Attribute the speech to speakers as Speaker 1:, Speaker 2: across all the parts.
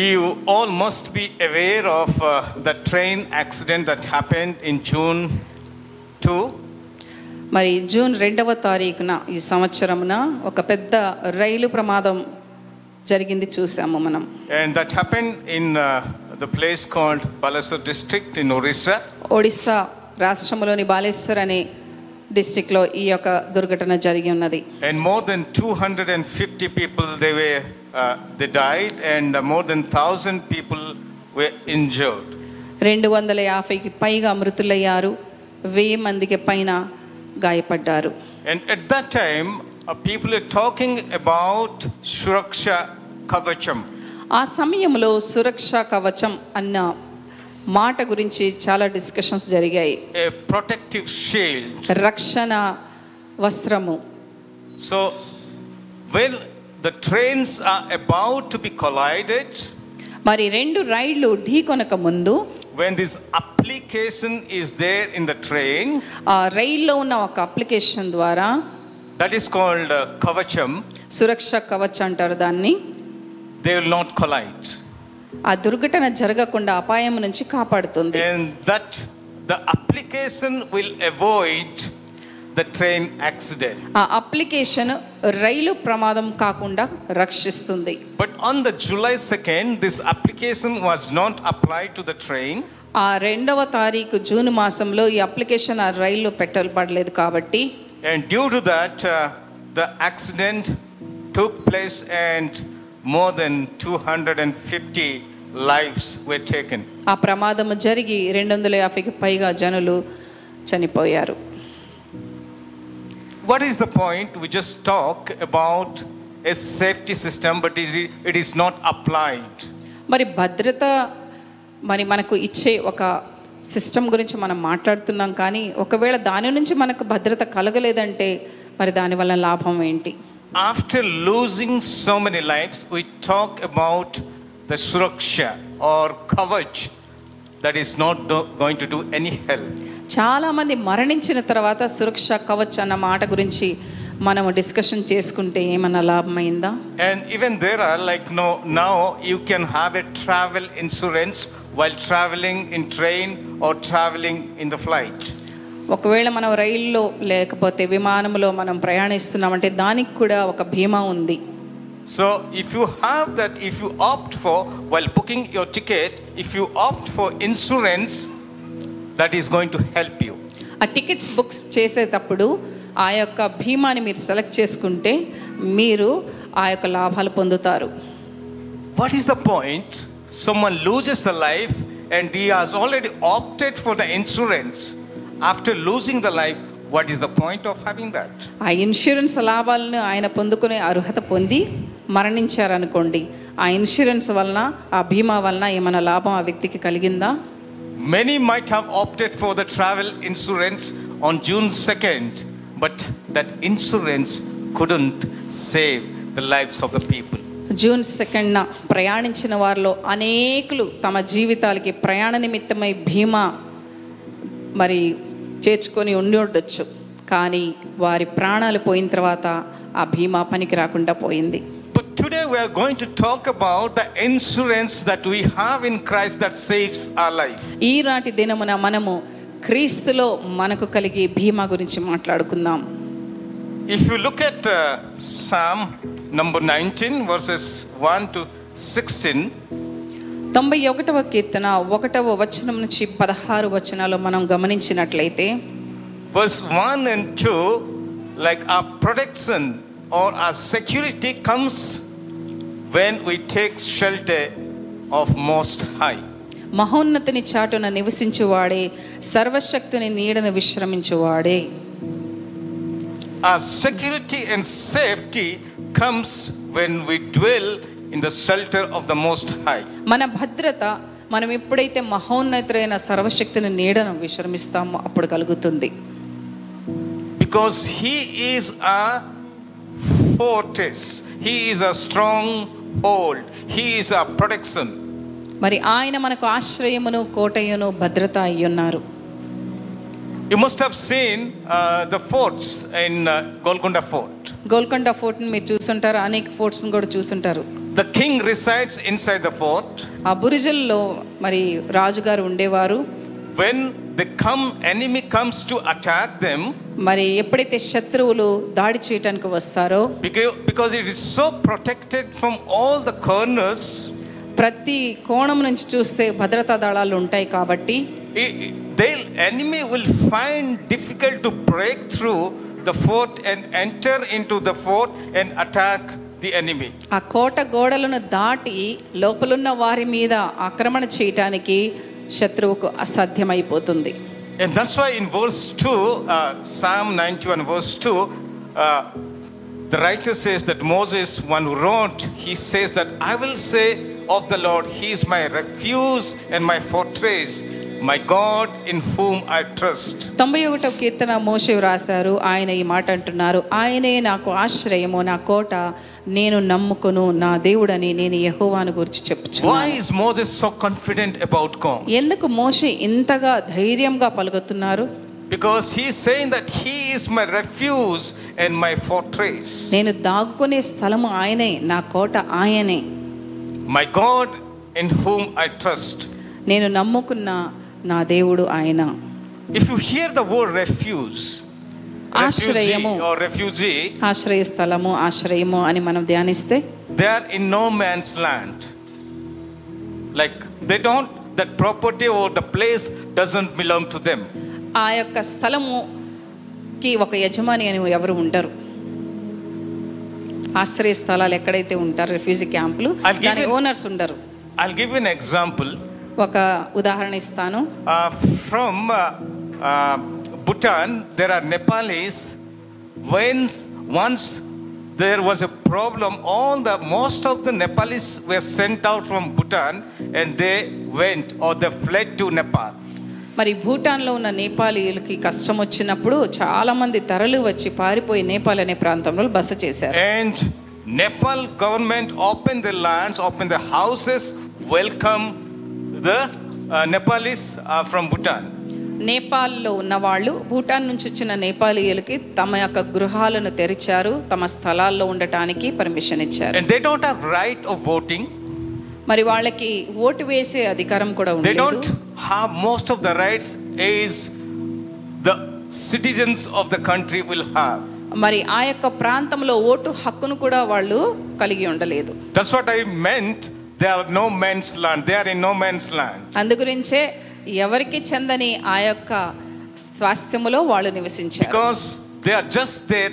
Speaker 1: You all must be aware of uh, the train accident that happened in June 2.
Speaker 2: మరి June రెండవ తారీఖున ఈ సంవత్సరమున ఒక పెద్ద రైలు ప్రమాదం జరిగింది చూసాము మనం
Speaker 1: And that happened in uh, the place called Balasore district in Orissa.
Speaker 2: Odisha రాష్ట్రంలోని బాలేశ్వర్ అనే డిస్టిక్లో ఈ యొక్క దుర్ఘటన జరిగి ఉన్నది
Speaker 1: And more than 250 people they were uh, they died, and uh, more than 1,000 people were injured.
Speaker 2: రెండు వందల యాభైకి పైగా మృతులయ్యారు వెయ్యి మందికి పైన గాయపడ్డారు
Speaker 1: And at that time, uh, people were talking about Suraksha Kavacham.
Speaker 2: ఆ సమయంలో సురక్షా కవచం అన్న మాట గురించి చాలా డిస్కషన్స్ జరిగాయి
Speaker 1: A protective shield.
Speaker 2: రక్షణ వస్త్రము
Speaker 1: So, when the trains are about to be collided,
Speaker 2: మరి రెండు రైళ్లు ఢీకొనక ముందు
Speaker 1: when this application is there in the train,
Speaker 2: ఆ రైల్లో ఉన్న ఒక అప్లికేషన్ ద్వారా
Speaker 1: that is called uh, Kavacham,
Speaker 2: సురక్ష కవచ్ అంటారు దాన్ని
Speaker 1: they will not collide.
Speaker 2: ఆ దుర్ఘటన జరగకుండా అపాయం నుంచి కాపాడుతుంది
Speaker 1: And that the application will avoid the train accident.
Speaker 2: ఆ అప్లికేషన్ రైలు ప్రమాదం కాకుండా రక్షిస్తుంది
Speaker 1: But on the July 2nd, this application was not applied to the train.
Speaker 2: ఆ రెండవ తారీఖు జూన్ మాసంలో ఈ అప్లికేషన్ ఆ రైల్లో పెట్టబడలేదు కాబట్టి
Speaker 1: And due to that, uh, the accident took place and more than 250 lives were taken.
Speaker 2: ఆ ప్రమాదం జరిగి రెండు వందల యాభైకి పైగా జనులు చనిపోయారు
Speaker 1: What is the point? We just talk about a safety system, but it is- it is not applied.
Speaker 2: మరి భద్రత మరి మనకు ఇచ్చే ఒక సిస్టమ్ గురించి మనం మాట్లాడుతున్నాం కానీ ఒకవేళ దాని నుంచి మనకు భద్రత కలగలేదంటే మరి దానివల్ల లాభం ఏంటి
Speaker 1: After losing so many lives, we talk about the suraksha or coverage that is not do- going to do any help.
Speaker 2: చాలామంది మరణించిన తర్వాత సురక్ష కవచ్ అన్న మాట గురించి మనము డిస్కషన్ చేసుకుంటే ఏమన్నా లాభమైందా
Speaker 1: And even there are like no now you can have a travel insurance while traveling in train or traveling in the flight.
Speaker 2: ఒకవేళ మనం రైల్లో లేకపోతే విమానంలో మనం ప్రయాణిస్తున్నామంటే దానికి కూడా ఒక బీమా ఉంది
Speaker 1: So if you have that, if you opt for while booking your ticket, if you opt for insurance, that is going to help you.
Speaker 2: ఆ టికెట్స్ బుక్స్ చేసేటప్పుడు ఆ యొక్క భీమాని మీరు సెలెక్ట్ చేసుకుంటే మీరు ఆ యొక్క లాభాలు పొందుతారు
Speaker 1: What is the point? Someone loses the life and he has already opted for the insurance. After losing the life, what is the point of having that?
Speaker 2: ఆ ఇన్సూరెన్స్ లాభాలను ఆయన పొందుకునే అర్హత పొంది మరణించారనుకోండి ఆ ఇన్సూరెన్స్ వలన ఆ బీమా వలన ఏమైనా లాభం ఆ వ్యక్తికి కలిగిందా
Speaker 1: Many might have opted for the travel insurance on June 2nd, but that insurance couldn't save the lives of the people.
Speaker 2: June సెకండ్న ప్రయాణించిన వారిలో అనేకులు తమ జీవితాలకి ప్రయాణ నిమిత్తమై బీమా మరి చేర్చుకొని ఉండి ఉండొచ్చు కానీ వారి ప్రాణాలు పోయిన తర్వాత ఆ బీమా పనికి రాకుండా పోయింది
Speaker 1: But today we are going to talk about the insurance that we have in Christ that saves our life.
Speaker 2: ఈనాటి దినమున మనము క్రీస్తులో మనకు కలిగే బీమా గురించి మాట్లాడుకుందాం
Speaker 1: If you look at uh, Psalm number 19, verses 1 to 16,
Speaker 2: తొంభై ఒకటవ కీర్తన ఒకటవ వచనం నుంచి పదహారు వచనాలు మనం గమనించినట్లయితే
Speaker 1: verse 1 and 2, like our protection or our security comes when we take shelter of Most High.
Speaker 2: మహోన్నతిని చాటున నివసించువాడే సర్వశక్తిని నీడను విశ్రమించువాడే
Speaker 1: Our security and safety comes when we dwell in the shelter of the Most High.
Speaker 2: మన భద్రత మనం ఎప్పుడైతే మహోన్నతుడైన సర్వశక్తిని నీడను విశ్రమిస్తామో అప్పుడు కలుగుతుంది
Speaker 1: Because he is a fortress, he is a stronghold, he is a protection.
Speaker 2: మరి ఆయన మనకు ఆశ్రయమును కోటయును భద్రత అయ్యున్నారు
Speaker 1: You must have seen uh, the forts in uh, Golconda Fort.
Speaker 2: Golconda ఫోర్ట్ని మీరు చూసుంటారు అనేక ఫోర్ట్స్ని కూడా చూసుంటారు
Speaker 1: The king resides inside the fort.
Speaker 2: ఆ బురుజుల్లో మరి రాజుగారు ఉండేవారు
Speaker 1: When the come enemy comes to attack them,
Speaker 2: మరి ఎప్పుడైతే శత్రువులు దాడి చేయటానికి వస్తారో
Speaker 1: beca- because it is so protected from all the corners,
Speaker 2: ప్రతి కోణం నుంచి చూస్తే భద్రతా దళాలు ఉంటాయి కాబట్టి
Speaker 1: i- the enemy will find difficult to break through the fort and enter into the fort and attack the enemy.
Speaker 2: ఆ కోట గోడలను దాటి లోపలున్న వారి మీద ఆక్రమణ చేయటానికి శత్రువుకు అసాధ్యమైపోతుంది
Speaker 1: And that's why in verse 2, uh, Psalm 91, verse 2, uh, the writer says that Moses, one who wrote, he says that I will say of the Lord, He is my refuge and my fortress, my God in whom I trust.
Speaker 2: తొంభై ఒకటో కీర్తన మోషే రాశారు ఆయన ఈ మాట అంటున్నారు ఆయనే నాకు ఆశ్రయము నా కోట నేను నమ్ముకును నా దేవుడని నేను యెహోవాను గురించి
Speaker 1: Why
Speaker 2: చెప్పుచున్నాను
Speaker 1: is Moses so confident about God?
Speaker 2: ఎందుకు మోషే ఇంతగా ధైర్యంగా పలుకుతున్నారు
Speaker 1: Because he is saying that He is my refuge and my fortress,
Speaker 2: నేను దాగుకునే స్థలము ఆయనే నా కోట ఆయనే
Speaker 1: my God in whom I trust.
Speaker 2: నేను నమ్ముకున్న నా దేవుడు ఆయన
Speaker 1: If you hear the word refuge, refugee
Speaker 2: ఆశ్రయము
Speaker 1: or refugee,
Speaker 2: ఆశ్రయ స్థలము ఆశ్రయము అని మనం ధ్యానిస్తే
Speaker 1: they are in no man's land. Like they don't, that property or the place doesn't belong to them.
Speaker 2: ఆ యొక్క స్థలముకి ఒక యజమాని అని ఎవరు ఉండరు ఆశ్రయ స్థలాలు ఎక్కడైతే ఉంటారు రిఫ్యూజీ క్యాంపులు
Speaker 1: I'll give
Speaker 2: దాని
Speaker 1: you-
Speaker 2: ఓనర్స్ ఉండరు
Speaker 1: I'll give you an example
Speaker 2: ఒక ఉదాహరణ ఇస్తాను
Speaker 1: uh, from uh, uh, Bhutan. There are Nepalis. When once there was a problem, all the most of the Nepalis were sent out from Bhutan, and they went or they fled to Nepal.
Speaker 2: మరి భూటాన్లో ఉన్న నేపాలీలకి కష్టం వచ్చినప్పుడు చాలా మంది తరలి వచ్చి పారిపోయి నేపాల్ అనే ప్రాంతంలో బస చేశారు
Speaker 1: And Nepal government opened the lands, opened the houses, welcome the uh, Nepalis uh, from Bhutan.
Speaker 2: నేపాల్లో ఉన్న వాళ్ళు భూటాన్ నుంచి వచ్చిన నేపాలీయులకి తమ యొక్క గృహాలను తెరిచారు తమ స్థలాల్లో ఉండటానికి పర్మిషన్ ఇచ్చారు
Speaker 1: And they don't have right of voting.
Speaker 2: మరి వాళ్ళకి ఓటు వేసే అధికారం కూడా
Speaker 1: They
Speaker 2: ఉండదు
Speaker 1: don't have most of the rights as the citizens of the country will have.
Speaker 2: మరి ఆ యొక్క ప్రాంతంలో ఓటు హక్కును కూడా వాళ్ళు కలిగి ఉండలేదు
Speaker 1: That's what I meant. They are no man's land. They are in no man's land.
Speaker 2: అందుగురించే ఎవరికి చెందని ఆ యొక్క స్వాస్థ్యములో వాళ్ళు నివసించారు
Speaker 1: Because they are just there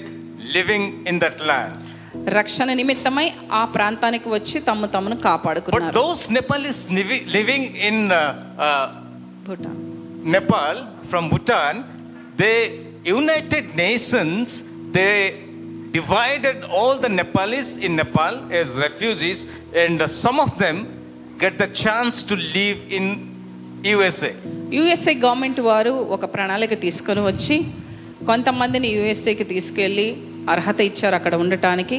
Speaker 1: living in that land.
Speaker 2: రక్షణ నిమిత్తమై ఆ ప్రాంతానికి వచ్చి తమ్ము తమను
Speaker 1: But
Speaker 2: కాపాడుకున్నారు
Speaker 1: those Nepalis nivi- living in uh, uh,
Speaker 2: Bhutan
Speaker 1: Nepal, from Bhutan, they United Nations, they divided all the Nepalis in Nepal as refugees, and some of them get the chance to live in USA.
Speaker 2: USA government వారు ఒక ప్రణాళిక తీసుకొని వచ్చి కొంతమందిని యుఎస్ఏకి తీసుకెళ్ళి అర్హత ఇచ్చారు అక్కడ ఉండటానికి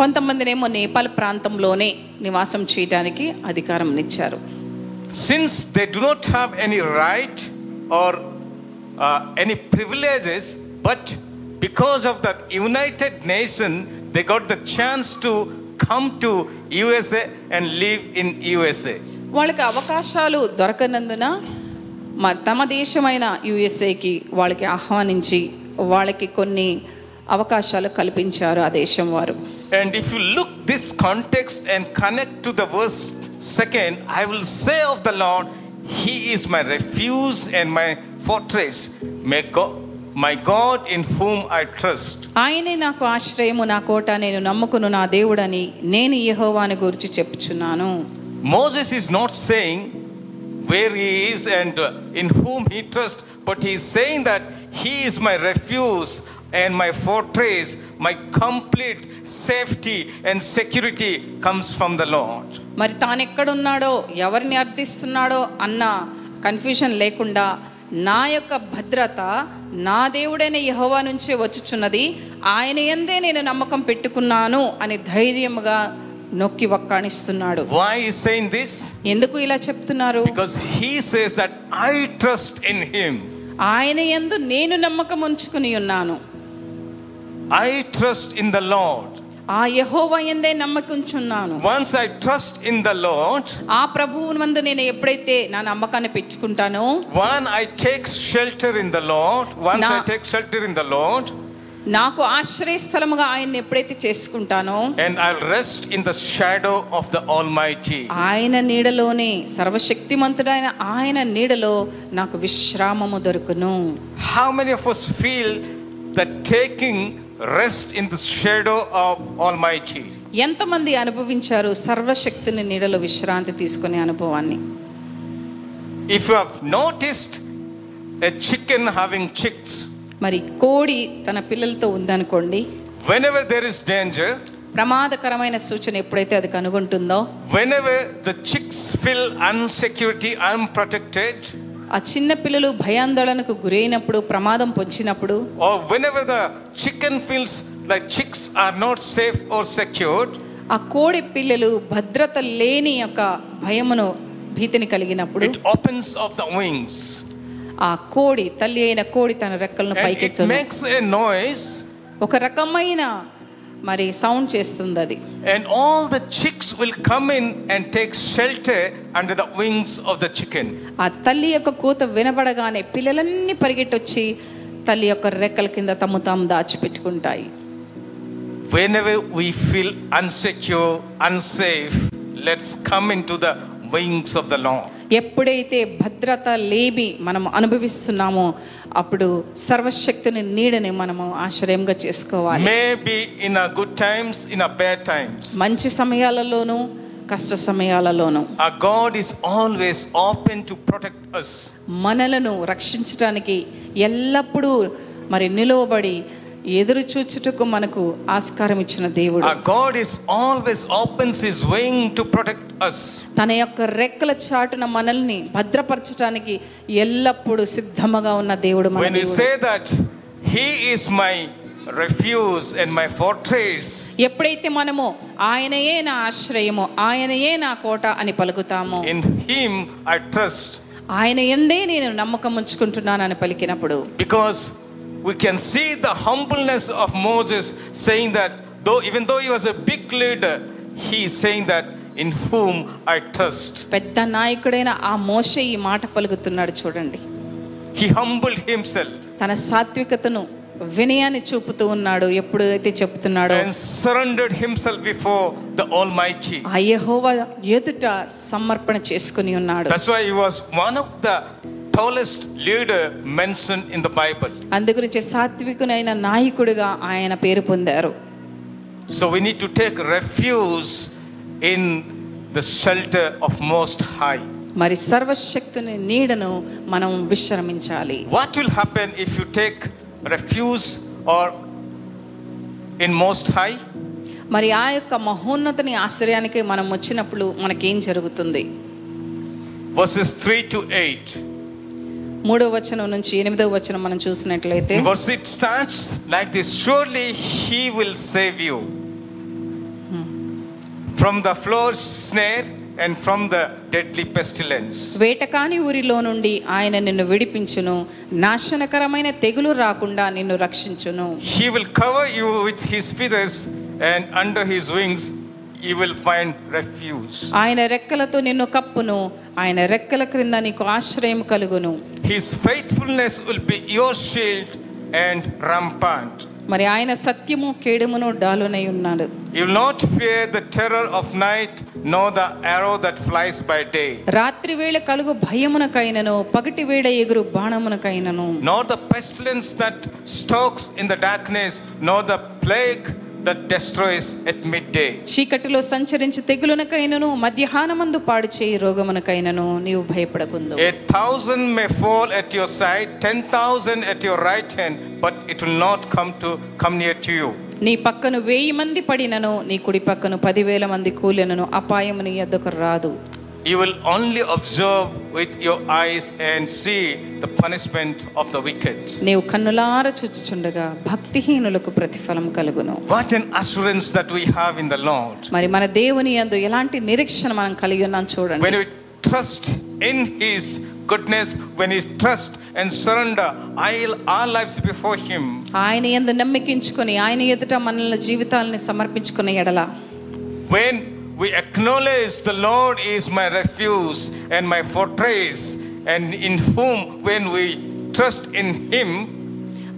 Speaker 2: కొంతమందినేమో నేపాల్ ప్రాంతంలోనే నివాసం చేయటానికి అధికారం ఇచ్చారు
Speaker 1: Since they do not have any right or uh, any privileges, but because of that United Nation, they got the chance to come to USA and live in USA.
Speaker 2: వాళ్ళకి అవకాశాలు దొరకనందున మ- తమ దేశమైన యుఎస్ఏకి వాళ్ళకి ఆహ్వానించి వాళ్ళకి కొన్ని అవకాశాలు కల్పించారు ఆ దేశం వారు
Speaker 1: And if you look this context and connect to the verse second, I will say of the Lord, He is my refuge and my fortress, my God, my God in whom I trust.
Speaker 2: ఆయనే నాకు ఆశ్రయము నా కోట నేను నమ్ముకును నా దేవుడని నేను యెహోవాను గురించి చెప్పుచున్నాను
Speaker 1: Moses is not saying where he is and uh, in whom he trusts, but he is saying that he is my refuge and my fortress, my complete safety and security comes from the Lord.
Speaker 2: మరి తాను ఎక్కడున్నాడో ఎవరిని అర్థిస్తున్నాడో అన్న confusion లేకుండా నా యొక్క భద్రత నా దేవుడైన యెహోవా నుంచే వచ్చుచున్నది ఆయన ఎందే నేను నమ్మకం పెట్టుకున్నాను అని ధైర్యముగా నొక్కి వక్కాణిస్తున్నాడు
Speaker 1: Why is saying this?
Speaker 2: ఎందుకు ఇలా చెప్తున్నారు
Speaker 1: Because he says that I trust in him.
Speaker 2: ఆయన ఎందు నేను నమ్మకం ఉంచుకుని ఉన్నాను
Speaker 1: I trust in the Lord.
Speaker 2: ఆ యహోవయందే నమ్మకించున్నాను
Speaker 1: Once I trust in the Lord,
Speaker 2: ఆ ప్రభువు నందు నేను ఎప్పుడైతే నా నమ్మకాన్ని పెట్టుకుంటానో
Speaker 1: one I take shelter in the Lord, once I
Speaker 2: Na-
Speaker 1: take shelter in the Lord,
Speaker 2: నాకు ఆశ్రయస్థలముగా ఆయన్ని ఎప్పుడైతే చేసుకుంటానో
Speaker 1: and I'll rest in the shadow of the Almighty.
Speaker 2: ఆయన నీడలోనే సర్వశక్తిమంతుడైన ఆయన నీడలో నాకు విశ్రామము దొరుకును
Speaker 1: How many of us feel that taking rest in the shadow of Almighty?
Speaker 2: ఎంతమంది అనుభవించారు సర్వశక్తిని నీడలో విశ్రాంతి తీసుకునే అనుభవాన్ని
Speaker 1: If you have noticed a chicken having chicks,
Speaker 2: మరి కోడి తన పిల్లలతో ఉందనుకోండి
Speaker 1: whenever there is danger,
Speaker 2: ప్రమాదకరమైన సూచన ఎప్పుడైతే అది కనుగొంటుందో
Speaker 1: whenever the chicks feel unsecurity, unprotected,
Speaker 2: ఆ చిన్న పిల్లలు భయాందోళనకు గురైనప్పుడు ప్రమాదం పొంచినప్పుడు
Speaker 1: or whenever the chicken feels like chicks are not safe or secured,
Speaker 2: ఆ కోడి పిల్లలు భద్రత లేని యొక్క భయమును భీతిని కలిగినప్పుడు
Speaker 1: it opens up the wings
Speaker 2: ఆ కోడి తల్లి అయిన కోడి తన రెక్కలను
Speaker 1: and it
Speaker 2: పైకెత్తుంది
Speaker 1: makes a noise,
Speaker 2: ఒక రకమైన మరి సౌండ్ చేస్తుంది అది
Speaker 1: and all the chicks will come in and take shelter under the wings of the chicken.
Speaker 2: ఆ తల్లి యొక్క కూత వినబడగానే పిల్లలన్నీ పరిగెట్టొచ్చి తల్లి యొక్క రెక్కల కింద తమ్ము తాము దాచిపెట్టుకుంటాయి
Speaker 1: Whenever we feel unsecure, unsafe, let's come into the wings of the Lord.
Speaker 2: ఎప్పుడైతే భద్రత లేమి మనం అనుభవిస్తున్నామో అప్పుడు సర్వశక్తిని నీడని మనము ఆశ్రయంగా చేసుకోవాలి
Speaker 1: Maybe in our good times, in our bad times.
Speaker 2: మంచి సమయాలలోనూ కష్ట సమయాలలోనూ
Speaker 1: Our God is always open to protect us.
Speaker 2: మనలను రక్షించటానికి ఎల్లప్పుడూ మరి నిలువబడి ఎదురు చూచుటకు మనకు ఆస్కారం ఇచ్చిన దేవుడు
Speaker 1: Our God is always opens his wing to protect us.
Speaker 2: తన యొక్క రెక్కల చాటున మనల్ని భద్రపరచటానికి ఎల్లప్పుడూ సిద్ధముగా ఉన్న దేవుడు మన
Speaker 1: When we
Speaker 2: దేవుడు
Speaker 1: say that he is my refuge and my fortress,
Speaker 2: ఎప్పుడైతే మనము ఆయనయే నా ఆశ్రయము ఆయనయే నా కోట అని పలుకుతామో
Speaker 1: in him I trust
Speaker 2: ఆయన ఎందే నేను నమ్మకం ఉంచుకుంటున్నానని పలికినప్పుడు
Speaker 1: because we can see the humbleness of Moses saying that though even though he was a big leader, he is saying that in whom I trust.
Speaker 2: పెద్ద నాయకుడైన ఆ మోషే ఈ మాట పలుకుతున్నాడు చూడండి
Speaker 1: He humbled himself
Speaker 2: తన సాత్వికతను వినయాన్ని చూపుతూ ఉన్నాడు ఎప్పుడైతే చెప్తున్నాడో
Speaker 1: and surrendered himself before the Almighty.
Speaker 2: ఆ యెహోవా ఎదుట సమర్పణ చేసుకుని ఉన్నాడు
Speaker 1: That's why he was one of the tallest leader mentioned in the Bible.
Speaker 2: అందుగురించి సాత్వికునైన నాయకుడిగా ఆయన పేరు పొందారు
Speaker 1: So we need to take refuge in the shelter of Most High.
Speaker 2: మరి సర్వశక్తిని నీడను మనం విశ్రమించాలి
Speaker 1: What will happen if you take refuge or in Most High?
Speaker 2: మరి ఆ యొక్క మహోన్నతని ఆశ్రయానికి మనం వచ్చినప్పుడు మనకేం జరుగుతుంది
Speaker 1: Verses 3 to 8.
Speaker 2: మూడో వచనం నుంచి ఎనిమిదో వచనం మనం చూసినట్లయితే
Speaker 1: In verse it starts like this Surely he will save you from the floor's snare and from the deadly pestilence.
Speaker 2: వేటకాని ఊరిలో నుండి ఆయన నిన్ను విడిపించును నాశనకరమైన తెగులు రాకుండా నిన్ను రక్షించును
Speaker 1: He will cover you with his feathers, and under his wings you will find refuge.
Speaker 2: ఆయన రెక్కలతో నిన్ను కప్పును ఆయన రెక్కల క్రింద నీకు ఆశ్రయం కలుగును
Speaker 1: His faithfulness will be your shield and rampant.
Speaker 2: మరి ఆయన సత్యము కేడుమును డాలునై ఉన్నాడు
Speaker 1: You will not fear the terror of night, nor the arrow that flies by day,
Speaker 2: రాత్రి వేళ కలుగు భయమునకైనను పగటి వేళ ఎగురు బాణమునకైనను
Speaker 1: nor the pestilence that stalks in the darkness, nor the plague that destroys at midday.
Speaker 2: చీకటిలో సంచరించి తెగులునకైనను మధ్యాహ్నమందు పాడు చేయి రోగమునకైనను నీవు భయపడకుందు
Speaker 1: A thousand may fall at your side, ten thousand at your right hand, but it will not come to come near to you.
Speaker 2: నీ పక్కను వెయ్యి మంది పడినను నీ కుడి పక్కను పదివేల మంది కూలినను అపాయము నీ ఎద్దకు రాదు
Speaker 1: You will only observe with your eyes and see the punishment of the wicked.
Speaker 2: నీవు కన్నులార చూచుచుండగా భక్తిహీనులకు ప్రతిఫలం కలుగును
Speaker 1: What an assurance that we have in the Lord.
Speaker 2: మరి మన దేవుని యందు ఎలాంటి నిరీక్షణ మనం కలిగి ఉన్నాం చూడండి
Speaker 1: When we trust in His goodness, when we trust and surrender our our lives before Him,
Speaker 2: ఆయన ఎందు నమ్మకించుకొని ఆయన ఎదుట మనల్ని జీవితాలని సమర్పించుకునే ఎడల
Speaker 1: When we acknowledge the Lord is my refuge and my fortress, and in whom, when we trust in Him,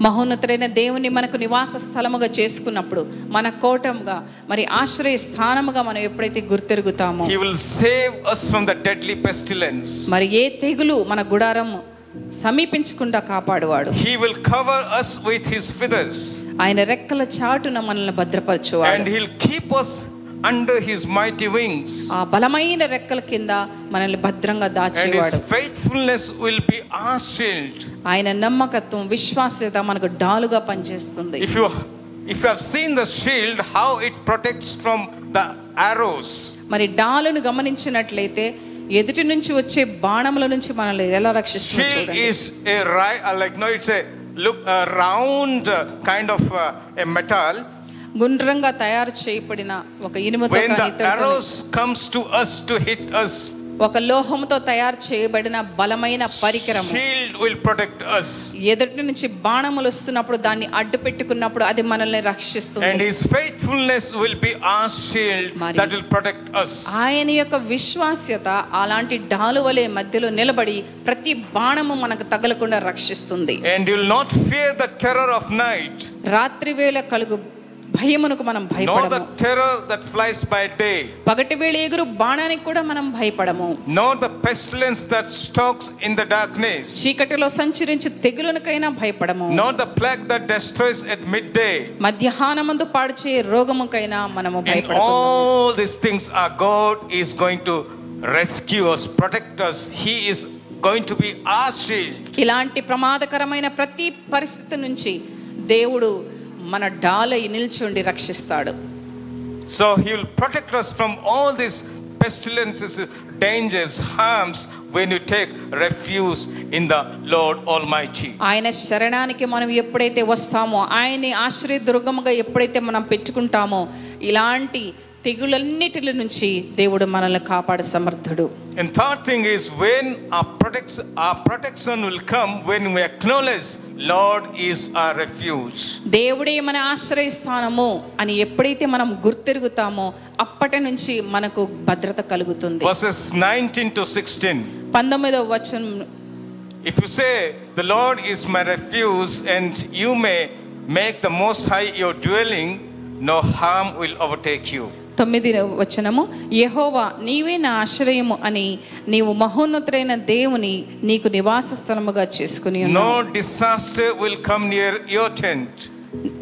Speaker 2: మహోన్నతుడైన దేవుని మనకు నివాస స్థలముగా చేసుకున్నప్పుడు మన కోటముగా మరి ఆశ్రయ స్థానముగా మనం ఎప్పుడైతే గుర్తెరుగుతామో
Speaker 1: He will save us from the deadly pestilence.
Speaker 2: మరి ఏ తెగులు మన గుడారము సమీపించకుండా కాపాడువాడు
Speaker 1: He will cover us with His feathers,
Speaker 2: ఆయన రెక్కల చాటున మనల్ని భద్రపరచువాడు
Speaker 1: and He'll keep us under His mighty wings.
Speaker 2: ఆ బలమైన రెక్కల కింద మనల్ని భద్రంగా
Speaker 1: And
Speaker 2: దాచేవాడు
Speaker 1: His faithfulness will be our shield.
Speaker 2: ఆయన నమ్మకత్వం విశ్వాస్యత మనకు డాలుగా పనిచేస్తుంది
Speaker 1: If you if you have seen the shield, how it protects from the arrows.
Speaker 2: మరి డాలును గమనించినట్లయితే ఎదుటి నుంచి వచ్చే బాణముల నుంచి మనల్ని ఎలా రక్షిస్తుందో
Speaker 1: Shield
Speaker 2: చూడండి.
Speaker 1: is a ri- uh, like no, it's a look a round uh, kind of uh, a metal.
Speaker 2: గుండ్రంగా తయారు చేయబడిన ఒక ఇనుముతో
Speaker 1: When
Speaker 2: కానీ
Speaker 1: the
Speaker 2: ఇత్తడితో కానీ
Speaker 1: arrows comes to us to hit us,
Speaker 2: ఒక లోహంతో తయారు చేయబడిన బలమైన పరికరము
Speaker 1: shield will protect us.
Speaker 2: ఎదుటి నుంచి బాణములు వస్తున్నప్పుడు దాన్ని అడ్డు పెట్టుకున్నప్పుడు అది మనల్ని రక్షిస్తుంది
Speaker 1: And His faithfulness will be our shield
Speaker 2: మరి-
Speaker 1: that will protect us.
Speaker 2: ఆయన యొక్క విశ్వాస్యత అలాంటి డాలువలే మధ్యలో నిలబడి ప్రతి బాణము మనకు తగలకుండా రక్షిస్తుంది
Speaker 1: And you'll not fear the terror of night,
Speaker 2: రాత్రి వేళ కలుగు భయమునకు మనం
Speaker 1: nor
Speaker 2: భయపడము
Speaker 1: the terror that flies by day.
Speaker 2: పగటి వేళ ఎగురు బాణానికి కూడా మనం భయపడము
Speaker 1: nor the pestilence that stalks in the darkness,
Speaker 2: చీకటిలో సంచరించి తెగులునకైనా భయపడము
Speaker 1: nor the plague that destroys at midday.
Speaker 2: మధ్యాహ్నమందు పాడుచే రోగముకైనా మనము
Speaker 1: In
Speaker 2: భయపడము
Speaker 1: all these things, our God is going to rescue us, protect us. He is going to be our shield.
Speaker 2: ఇలాంటి ప్రమాదకరమైన ప్రతి పరిస్థితి నుంచి దేవుడు మన డాలై నిల్చుండి రక్షిస్తాడు
Speaker 1: So He will protect us from all these pestilences, dangers, harms when you take refuge in the Lord Almighty.
Speaker 2: ఆయన శరణానికి మనం ఎప్పుడైతే వస్తామో ఆయన్ని ఆశ్రయ దుర్గముగా ఎప్పుడైతే మనం పెట్టుకుంటామో ఇలాంటి తెగులన్నిటిల నుంచి దేవుడు మనల్ని కాపాడు సమర్థుడు
Speaker 1: And third thing is when our protection, our protection will come when we acknowledge Lord is our refuge.
Speaker 2: దేవుడే మన ఆశ్రయస్థానము అని ఎప్పుడైతే మనం గుర్తెరుగుతామో అప్పటి నుంచి మనకు భద్రత కలుగుతుంది
Speaker 1: Verses 19 to 16.
Speaker 2: పంతొమ్మిదవ వచనం
Speaker 1: If you say, The Lord is my refuge, and you may make the Most High your dwelling, no harm will overtake you.
Speaker 2: తొమ్మిది వచనము యహోవా నీవే నా ఆశ్రయము అని నీవు మహోన్నతుడైన దేవుని నీకు నివాస స్థలముగా చేసుకుని ఉన్నావు
Speaker 1: No disaster will come near your tent,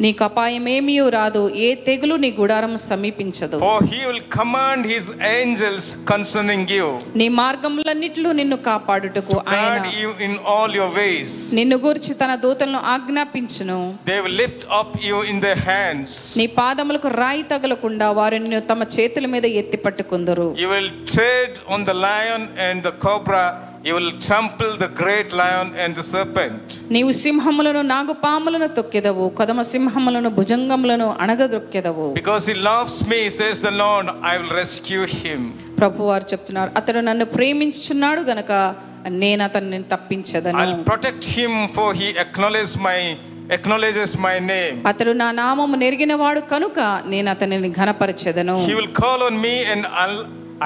Speaker 2: నీకు అపాయమేమీ రాదు ఏ తెగులు నీ గుడారం సమీపించదు
Speaker 1: for he will command his angels concerning you.
Speaker 2: నీ మార్గములన్నిట్లో నిన్ను కాపాడుటకు ఆయన
Speaker 1: Guard you in all your ways.
Speaker 2: నిన్ను గూర్చి తన దూతలను ఆజ్ఞాపించును
Speaker 1: They will lift up you in their hands.
Speaker 2: నీ పాదములకు రాయి తగలకుండా వారు నిన్ను తమ చేతుల మీద ఎత్తి పట్టుకుందరు
Speaker 1: You will tread on the lion and the cobra. You will trample the great lion and the serpent.
Speaker 2: నీవు సింహములను నాగుపాములను తొక్కెదవు కొదమ సింహములను భుజంగములను అణగదొక్కెదవు
Speaker 1: Because he loves me, says the Lord, I will rescue him.
Speaker 2: ప్రభు వారు చెప్తున్నారు అతడు నన్ను ప్రేమించుచున్నాడు గనక నేను అతన్ని తప్పించదను
Speaker 1: I'll protect him, for he acknowledges my acknowledges my name.
Speaker 2: అతడు నా నామము నెరిగినవాడు కనుక నేను అతనిని ఘనపరచెదను
Speaker 1: He will call on me, and I'll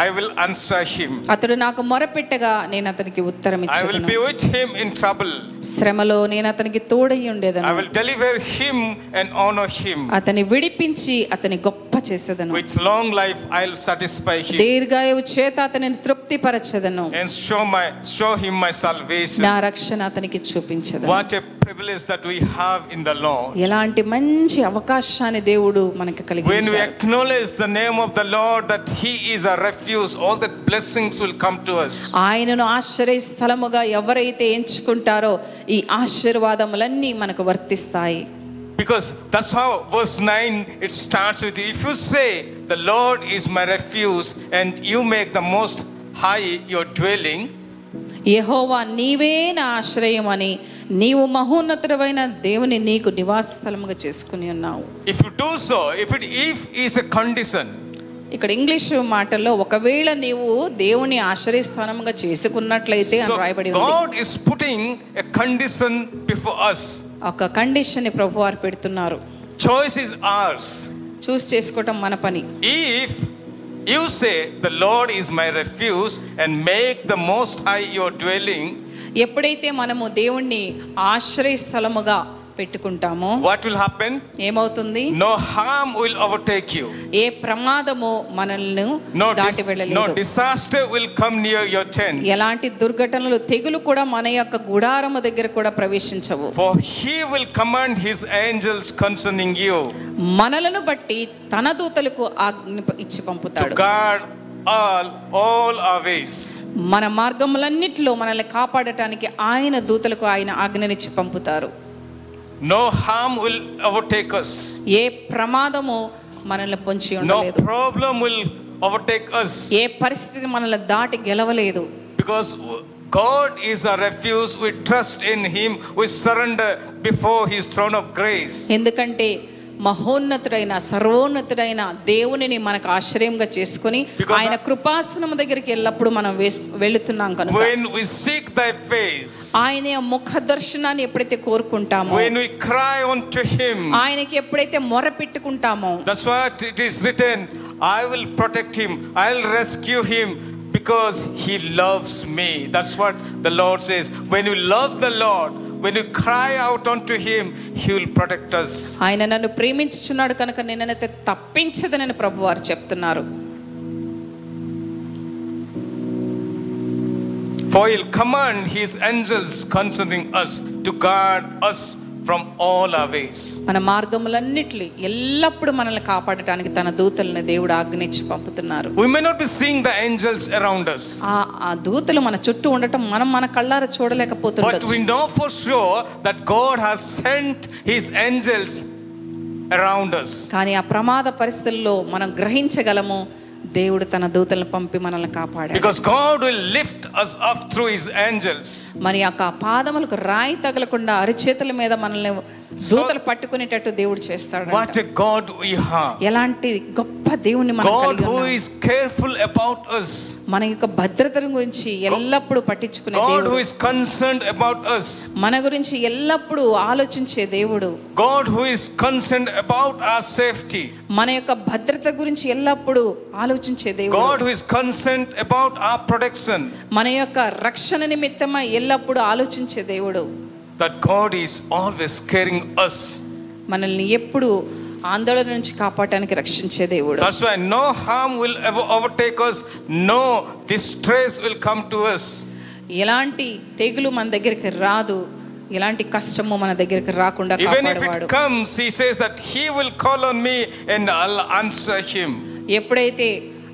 Speaker 1: I will answer him.
Speaker 2: అతడు నాకు మొరపెట్టగా నేను అతనికి ఉత్తరం
Speaker 1: I will
Speaker 2: ఇచ్చేదను
Speaker 1: be with him in trouble.
Speaker 2: శ్రమలో నేను అతనికి తోడై
Speaker 1: I
Speaker 2: ఉండేదను
Speaker 1: will deliver him and honor him.
Speaker 2: అతని విడిపించి అతని గొప్ప చేసేదను
Speaker 1: With long life, I'll satisfy him
Speaker 2: దీర్ఘాయువు చేత అతనిని తృప్తిపరచెదను
Speaker 1: and show my show him my salvation.
Speaker 2: నా రక్షణ అతనికి చూపించదను
Speaker 1: What a privilege that we have in the Lord.
Speaker 2: ఎలాంటి మంచి అవకాశాన్ని దేవుడు మనకి
Speaker 1: When we
Speaker 2: కలిగించాడు
Speaker 1: acknowledge the name of the Lord, that He is our refuge, all the blessings will come to us.
Speaker 2: ఆయనను ఆశ్రయ స్థలముగా ఎవరైతే ఎంచుకుంటారో ఈ ఆశీర్వాదములన్నీ మనకు వర్తిస్తాయి
Speaker 1: Because that's how verse 9 it starts with if you say the Lord is my refuge and you make the most high your dwelling
Speaker 2: యెహోవా నీవే నా ఆశ్రయం అని నీవు మహోన్నతుడమైన దేవుని నీకు నివాస స్థలముగా చేసుకుని ఉన్నావు
Speaker 1: if you do so if it if is a condition
Speaker 2: ఇక్కడ ఇంగ్లీష్ మాటల్లో ఒకవేళ నీవు దేవుని ఆశ్రయ స్థానముగా చేసుకున్నట్లయితే అని
Speaker 1: so
Speaker 2: రాయబడి ఉంది
Speaker 1: God is putting a condition before us
Speaker 2: ఒక కండిషన్ని ప్రభు వారు పెడుతున్నారు
Speaker 1: Choice is ours.
Speaker 2: చూస్ చేసుకోవటం మన పని
Speaker 1: If you say, The Lord is my refuge, and make the Most High your dwelling,
Speaker 2: ఎప్పుడైతే మనము దేవుణ్ణి ఆశ్రయ స్థలముగా పెట్టుకుంటామో
Speaker 1: what will happen?
Speaker 2: ఏమవుతుంది
Speaker 1: No harm will overtake you.
Speaker 2: ఏ ప్రమాదము మనల్ని
Speaker 1: No,
Speaker 2: దాటి
Speaker 1: dis- no
Speaker 2: వెళ్ళలేదు
Speaker 1: disaster will come near your tent.
Speaker 2: ఎలాంటి దుర్ఘటనలు తెగులు కూడా మన యొక్క గుడారము దగ్గర కూడా ప్రవేశించవు
Speaker 1: For he will command his angels concerning you
Speaker 2: మనలను బట్టి తన దూతలకు ఆజ్ఞ ఇచ్చి
Speaker 1: to
Speaker 2: పంపుతాడు
Speaker 1: guard all, all our ways.
Speaker 2: మన మార్గములన్నిటిలో మనల్ని కాపాడటానికి ఆయన దూతలకు ఆయన ఆజ్ఞనిచ్చి పంపుతారు
Speaker 1: No harm will overtake us.
Speaker 2: ఏ ప్రమాదము మనల్ని పొంచి
Speaker 1: No
Speaker 2: ఉండలేదు
Speaker 1: problem will overtake us.
Speaker 2: ఏ పరిస్థితి మనల్ని దాటి గెలవలేదు
Speaker 1: Because God is our refuge, we trust in Him, we surrender before His throne of grace.
Speaker 2: ఎందుకంటే మహోన్నతుడైన సర్వోన్నతుడైన దేవునిని మనకు ఆశ్రయంగా చేసుకొని
Speaker 1: Because
Speaker 2: ఆయన కృపాసనము దగ్గరికి ఎల్లప్పుడు మనం వేస్- వెళుతున్నాం కనుక
Speaker 1: When we seek Thy face,
Speaker 2: ఆయన ముఖ దర్శనాన్ని ఎప్పుడైతే కోరుకుంటామో
Speaker 1: when we cry unto Him,
Speaker 2: ఆయనకి ఎప్పుడైతే మొర పెట్టుకుంటామో
Speaker 1: that's what it is written I will protect Him, I'll rescue Him because He loves me. That's what the Lord says. When we love the Lord, when we cry out unto Him, He will protect us.
Speaker 2: ఆయన నన్ను ప్రేమించుచున్నాడు కనుక నేనైతే తప్పించదనని ప్రభువారు చెప్తున్నారు
Speaker 1: For He'll command His angels concerning us to guard us from all our ways.
Speaker 2: మన మార్గములన్నిట్లు ఎల్లప్పుడూ మనల్ని కాపాడటానికి తన దూతలను దేవుడు ఆజ్ఞించి పంపుతున్నారు
Speaker 1: We may not be seeing the angels around us,
Speaker 2: ఆ ఆ దూతలు మన చుట్టూ ఉండటం మనం మన కళ్ళారా
Speaker 1: but
Speaker 2: చూడలేకపోతుండొచ్చు
Speaker 1: we know for sure that God has sent His angels around us.
Speaker 2: కానీ ఆ ప్రమాద పరిస్థితుల్లో మనం గ్రహించగలము దేవుడు తన దూతలను పంపి మనల్ని కాపాడాడు
Speaker 1: Because God will lift us up through His angels.
Speaker 2: మరి ఆ కా- పాదములకు రాయి తగలకుండా అరిచేతుల మీద మనల్ని దూతలు పట్టుకునేటట్టు దేవుడు చేస్తాడు
Speaker 1: What a God we have!
Speaker 2: ఎలాంటి గొప్ప దేవుణ్ణి మనం
Speaker 1: God
Speaker 2: కలిగి
Speaker 1: who
Speaker 2: ఉన్నాం.
Speaker 1: is careful about us,
Speaker 2: మన యొక్క భద్రత గురించి ఎల్లప్పుడూ పట్టించుకునే
Speaker 1: God who
Speaker 2: దేవుడు
Speaker 1: is concerned about us,
Speaker 2: మన గురించి ఎల్లప్పుడూ ఆలోచించే దేవుడు
Speaker 1: God who is concerned about our safety,
Speaker 2: మన యొక్క భద్రత గురించి ఎల్లప్పుడూ ఆలోచించే దేవుడు
Speaker 1: God who is concerned about our protection,
Speaker 2: మన యొక్క రక్షణ నిమిత్తమై ఎల్లప్పుడూ ఆలోచించే దేవుడు
Speaker 1: that God is always caring us.
Speaker 2: మనల్ని ఎప్పుడు ఆందోళన నుంచి కాపాడటానికి రక్షించే దేవుడు
Speaker 1: That's why no harm will ever overtake us, no distress will come to us.
Speaker 2: ఎలాంటి తెగులు మన దగ్గరికి రాదు ఎలాంటి కష్టము మన దగ్గరికి రాకుండా
Speaker 1: Even if
Speaker 2: కాపాడేవాడు
Speaker 1: it comes, he says that he will call on me and I'll answer him.
Speaker 2: ఎప్పుడైతే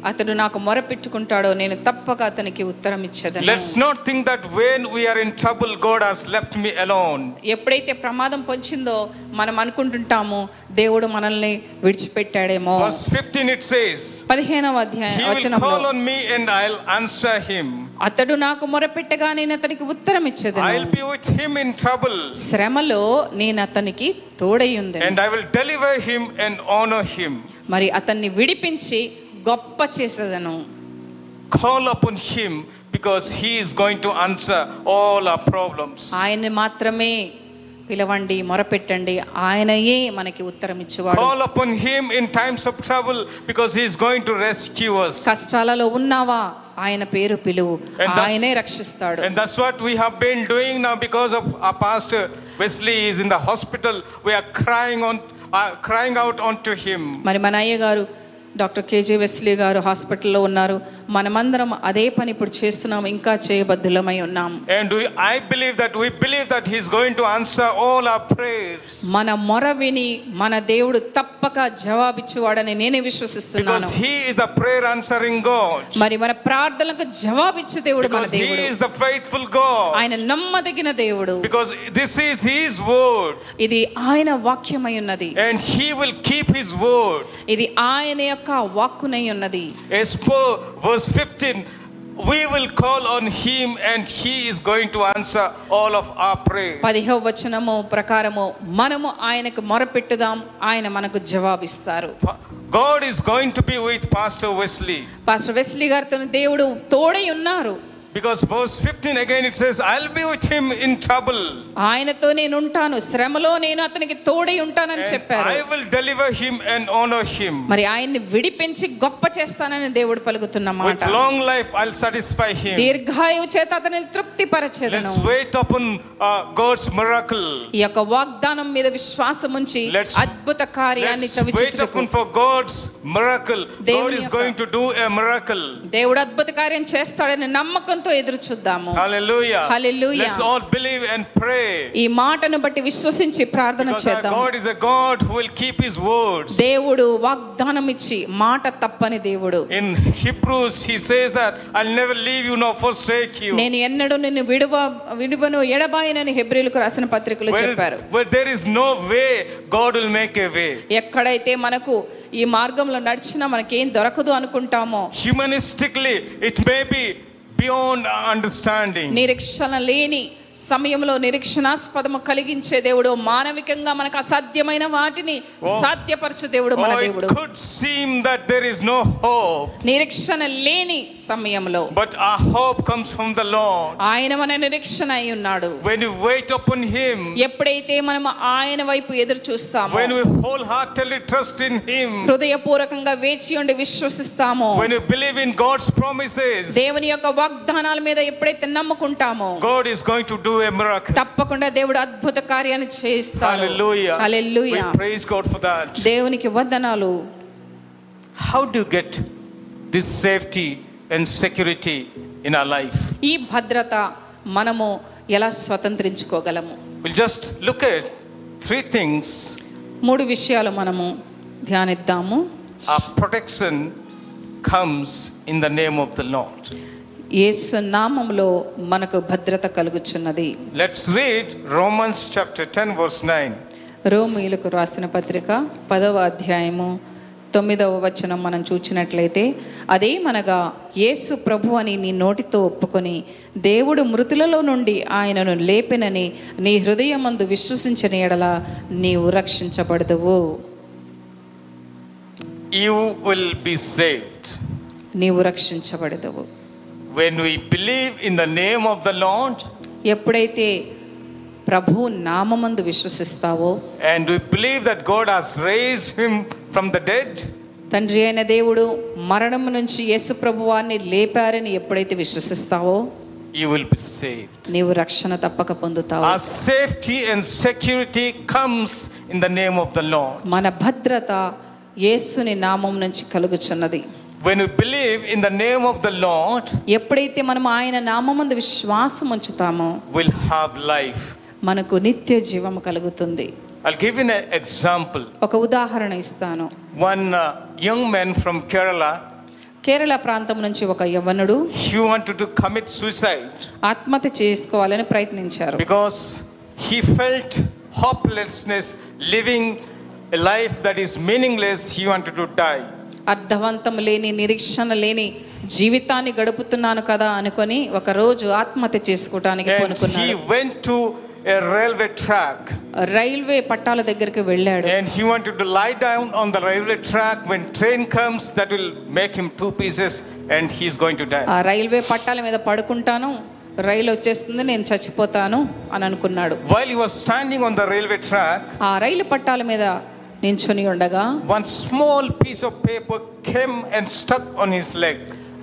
Speaker 2: అతడు నాకు మొరపెట్టుకుంటాడో నేను తప్పక అతనికి ఉత్తరం ఇచ్చేదను
Speaker 1: Let's not think that when we are in trouble, God has left me alone.
Speaker 2: ఎప్పుడైతే ప్రమాదం పొంచిందో మనం అనుకుంటుంటాము దేవుడు మనల్ని విడిచిపెట్టాడేమో
Speaker 1: Verse 15 it says,
Speaker 2: పదిహేనవ అధ్యాయం
Speaker 1: He will call
Speaker 2: వచనంలో
Speaker 1: on me and I'll answer him.
Speaker 2: అతడు నాకు మొరపెట్టగా నేను అతనికి ఉత్తరం ఇచ్చేదను
Speaker 1: I'll be with him in trouble
Speaker 2: శ్రమలో నేను అతనికి తోడయ్యుంది
Speaker 1: and I will deliver him and honor him.
Speaker 2: మరి అతన్ని విడిపించి గొప్ప చేసేదను
Speaker 1: Call upon him because he is going to answer all our problems.
Speaker 2: ఆయన్ని మాత్రమే పిలవండి మొరపెట్టండి ఆయనయే మనకి ఉత్తరం ఇచ్చేవాడు
Speaker 1: Call upon him in times of trouble because he is going to rescue us.
Speaker 2: కష్టాలలో ఉన్నావా ఆయన పేరు పిలువు
Speaker 1: that's-
Speaker 2: ఆయనే రక్షిస్తాడు
Speaker 1: And that's what we have been doing now because of our pastor Wesley is in the hospital. We are crying on uh, crying out onto him.
Speaker 2: మరి మన అయ్య గారు డాక్టర్ కేజే వెస్లీ గారు హాస్పిటల్లో ఉన్నారు మనమందరం అదే పని ఇప్పుడు చేస్తున్నాం ఇంకా చేయబద్ధులమై ఉన్నాం
Speaker 1: And we, I believe that we believe that he is going to answer all our prayers.
Speaker 2: మన మొర విని మన దేవుడు తప్పక జవాబిచ్చేవాడని నేనే విశ్వసిస్తున్నాను
Speaker 1: Because he is the prayer answering God.
Speaker 2: మరి మన ప్రార్థనలకు జవాబిచ్చే దేవుడు మన
Speaker 1: Because he
Speaker 2: దేవుడు
Speaker 1: is the faithful God.
Speaker 2: ఆయన నమ్మదగిన దేవుడు
Speaker 1: Because this is his word.
Speaker 2: ఇది ఆయన వాక్యమై ఉన్నది
Speaker 1: And he will keep his word.
Speaker 2: ఇది ఆయన యొక్క వాక్కునై ఉన్నది
Speaker 1: As per verse 15, we will call on him and he is going to answer all of our prayers.
Speaker 2: పదిహవ వచనము ప్రకారము మనము ఆయనకు మొరపెట్టుదాం ఆయన మనకు జవాబిస్తారు
Speaker 1: God is going to be with Pastor Wesley.
Speaker 2: Pastor Wesley గారితో దేవుడు తోడై ఉన్నారు
Speaker 1: Because verse 15 again it says, I'll be with him in trouble.
Speaker 2: ఆయనతో నేనుంటాను శ్రమలో నేను అతనికి తోడై ఉంటానని
Speaker 1: And
Speaker 2: చెప్పారు
Speaker 1: I will deliver him and honor him.
Speaker 2: మరి ఆయన్ని విడిపించి గొప్ప చేస్తానని దేవుడు పలుకుతున్న
Speaker 1: With
Speaker 2: మాట
Speaker 1: long life, I'll satisfy him.
Speaker 2: దీర్ఘాయువు చేత అతనిని తృప్తి
Speaker 1: Let's
Speaker 2: పరచెదను
Speaker 1: wait upon uh, God's miracle.
Speaker 2: ఈ యొక్క వాగ్దానం మీద విశ్వాసం ఉంచి
Speaker 1: Let's-
Speaker 2: అద్భుత కార్యాన్ని
Speaker 1: Let's wait
Speaker 2: చవిచూచుటకు
Speaker 1: upon for God's miracle. God
Speaker 2: దేవుని
Speaker 1: is
Speaker 2: యొక్క-
Speaker 1: going to do a miracle.
Speaker 2: దేవుడు అద్భుత కార్యం చేస్తాడని నమ్మకంతో ఎదురు చూద్దాము
Speaker 1: Hallelujah.
Speaker 2: Hallelujah.
Speaker 1: Let's all believe and pray.
Speaker 2: ఈ మాటను బట్టి విశ్వసించి ప్రార్థన
Speaker 1: Because our
Speaker 2: చేద్దాం
Speaker 1: God is a God who will keep his words.
Speaker 2: దేవుడు వాగ్దానం ఇచ్చి మాట తప్పని దేవుడు
Speaker 1: In Hebrews, he says that I'll never leave you nor forsake you.
Speaker 2: నేను ఎన్నడూ నిన్ను విడువ విడువను ఎడబాయనని హెబ్రిలకు రాసిన పత్రికలు
Speaker 1: Where,
Speaker 2: చెప్పారు
Speaker 1: where there is no way, God will make a way.
Speaker 2: ఎక్కడైతే మనకు ఈ మార్గంలో నడిచినా మనకేం దొరకదు అనుకుంటామో
Speaker 1: Humanistically, it may be beyond our understanding.
Speaker 2: నిరీక్షణ లేని సమయంలో నిరీక్షణాస్పదము కలిగించే దేవుడు మానవికంగా మనకు అసాధ్యమైన వాటిని సాధ్యపరచు దేవుడు మన
Speaker 1: Or
Speaker 2: దేవుడు
Speaker 1: Oh. it could seem that there is no hope,
Speaker 2: నిరీక్షణ లేని సమయంలో
Speaker 1: but our hope comes from the Lord.
Speaker 2: ఆయన మన నిరీక్షణ అయి ఉన్నాడు
Speaker 1: When you wait upon Him,
Speaker 2: ఎప్పుడైతే మనం ఆయన వైపు ఎదురు చూస్తామో
Speaker 1: when we wholeheartedly trust in Him,
Speaker 2: హృదయపూర్వకంగా వేచి ఉండి విశ్వసిస్తామో
Speaker 1: when we believe in God's promises,
Speaker 2: దేవుని యొక్క వాగ్దానాల మీద ఎప్పుడైతే నమ్ముకుంటామో
Speaker 1: God is going to do a miracle.
Speaker 2: తప్పకుండా దేవుడు అద్భుత కార్యాన్ని చేయిస్తాడు
Speaker 1: Hallelujah.
Speaker 2: Hallelujah.
Speaker 1: We praise God for that.
Speaker 2: దేవునికి వందనాలు
Speaker 1: How do you get this safety and security in our life?
Speaker 2: ఈ భద్రత మనము ఎలా స్వతంత్రించుకోగలము
Speaker 1: We'll just look at three things
Speaker 2: మూడు విషయాలు మనము ధ్యానిద్దాము
Speaker 1: our protection comes in the name of the Lord.
Speaker 2: యేసు నామంలో మనకు భద్రత కలుగుచున్నది
Speaker 1: Let's read Romans chapter 10, verse 9.
Speaker 2: రోమిలకు రాసిన పత్రిక పదవ అధ్యాయము తొమ్మిదవ వచనం మనం చూచినట్లయితే అదేమనగా యేసు ప్రభు అని నీ నోటితో ఒప్పుకొని దేవుడు మృతులలో నుండి ఆయనను లేపెనని నీ హృదయమందు విశ్వసించిన ఎడల నీవు రక్షించబడదువు
Speaker 1: You will be saved.
Speaker 2: నీవు రక్షించబడదువు
Speaker 1: When we believe in the name of the Lord
Speaker 2: ఎప్పుడైతే ప్రభు నామమందు విశ్వసిస్తావో
Speaker 1: and we believe that God has raised him from the dead,
Speaker 2: తండ్రి అయిన దేవుడు మరణం నుంచి యేసు ప్రభువాన్ని లేపారని ఎప్పుడైతే విశ్వసిస్తావో
Speaker 1: you will be saved.
Speaker 2: నీవు రక్షణ తప్పక పొందుతావు
Speaker 1: Our safety and security comes in the name of the Lord.
Speaker 2: మన భద్రత యేసుని నామం నుంచి కలుగుచున్నది
Speaker 1: When we believe in the name of the Lord,
Speaker 2: ఎప్పుడైతే మనం ఆయన నామమందు విశ్వాసం ఉంచుతామో
Speaker 1: we'll have life.
Speaker 2: మనకు నిత్య జీవం కలుగుతుంది
Speaker 1: I'll give you an example.
Speaker 2: ఒక ఉదాహరణ ఇస్తాను
Speaker 1: One uh, young man from Kerala,
Speaker 2: Kerala ప్రాంతం నుంచి ఒక యవ్వనుడు
Speaker 1: he wanted to commit suicide
Speaker 2: ఆత్మహత్య చేసుకోవాలని ప్రయత్నించారు
Speaker 1: because he felt hopelessness, living a life that is meaningless. He wanted to die.
Speaker 2: అర్థవంతం లేని నిరీక్షణ లేని జీవితాన్ని గడుపుతున్నాను కదా అనుకొని ఒక రోజు ఆత్మహత్య చేసుకోవటానికి
Speaker 1: And he
Speaker 2: కొనుక్కున్నాడు
Speaker 1: went to a railway track
Speaker 2: railway పట్టాల దగ్గరికి వెళ్ళాడు
Speaker 1: And he wanted to lie down on the railway track. When train comes, that will make him two pieces, and he's going to die.
Speaker 2: ఆ railway పట్టాల మీద పడుకుంటాను రైలు వచ్చేస్తుంది నేను చచ్చిపోతాను అని అనుకున్నాడు
Speaker 1: While he was standing on the railway track,
Speaker 2: ఆ రైలు పట్టాల మీద నించుని ఉండగా
Speaker 1: one small piece of paper came and stuck on his leg.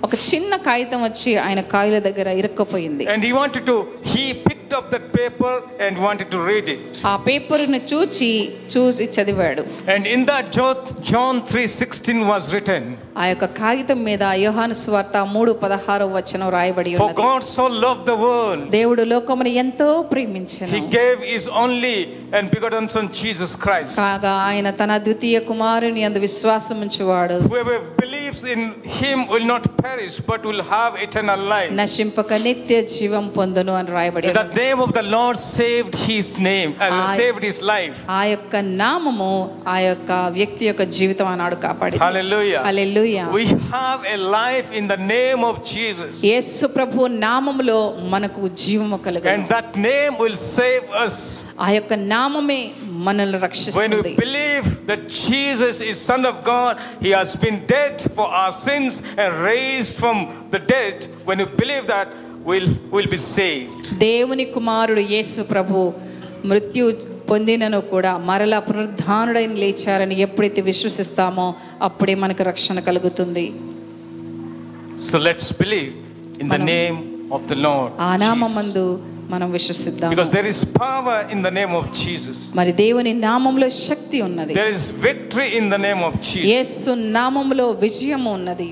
Speaker 2: ఒక చిన్న కాగితం వచ్చి ఆయన కాయల దగ్గర ఇరుక్కుపోయింది
Speaker 1: And he wanted to, he picked up that paper and wanted to read it.
Speaker 2: ఆ పేపర్ను చూచి చూసి చదివాడు
Speaker 1: And in that Jo- John 3:16 was written,
Speaker 2: ఆ యొక్క కాగితం మీద యోహాను స్వార్త మూడు పదహారు వచనం రాయబడి
Speaker 1: "For
Speaker 2: ఉన్నది
Speaker 1: God so loved the world,
Speaker 2: దేవుడు లోకమును ఎంతో
Speaker 1: He
Speaker 2: ప్రేమించను
Speaker 1: gave His only and begotten Son Jesus Christ."
Speaker 2: కాగా ఆయన తన ద్వితీయ కుమారుని అందు విశ్వాసం ఉంచువాడు
Speaker 1: Whoever believes in him will not perish but will have eternal life.
Speaker 2: నశింపక నిత్య జీవం పొందును అని రాయబడి
Speaker 1: In
Speaker 2: ఉన్నది.
Speaker 1: the name of the Lord saved his name and
Speaker 2: Aye.
Speaker 1: saved his life.
Speaker 2: ఆ యొక్క నామము ఆ యొక్క వ్యక్తి యొక్క జీవితం ఆనాడు కాపాడి
Speaker 1: Hallelujah.
Speaker 2: Hallelujah
Speaker 1: We have a life in the name of Jesus.
Speaker 2: యేసు ప్రభు నామములో మనకు జీవము కలుగును
Speaker 1: And that name will save us.
Speaker 2: ఆ యొక్క నామమే మనల్ని
Speaker 1: When
Speaker 2: రక్షిస్తుంది
Speaker 1: we believe that Jesus is Son of God, He has been dead for our sins and raised from the dead. When we believe that, will, will be saved.
Speaker 2: దేవుని కుమారుడు యేసు ప్రభు మృత్యు పొందినను కూడా మరలా పునరుద్ధానుడైన లేచారని ఎప్పుడైతే విశ్వసిస్తామో అప్పుడే మనకు రక్షణ కలుగుతుంది
Speaker 1: So let's believe in the name of the Lord.
Speaker 2: ఆ
Speaker 1: Jesus.
Speaker 2: నామందు మనం విశ్వసిద్దాం
Speaker 1: Because there is power in the name of Jesus.
Speaker 2: మరి దేవుని నామంలో శక్తి ఉన్నది
Speaker 1: There is victory in the name of Jesus.
Speaker 2: యేసు నామంలో విజయం ఉన్నది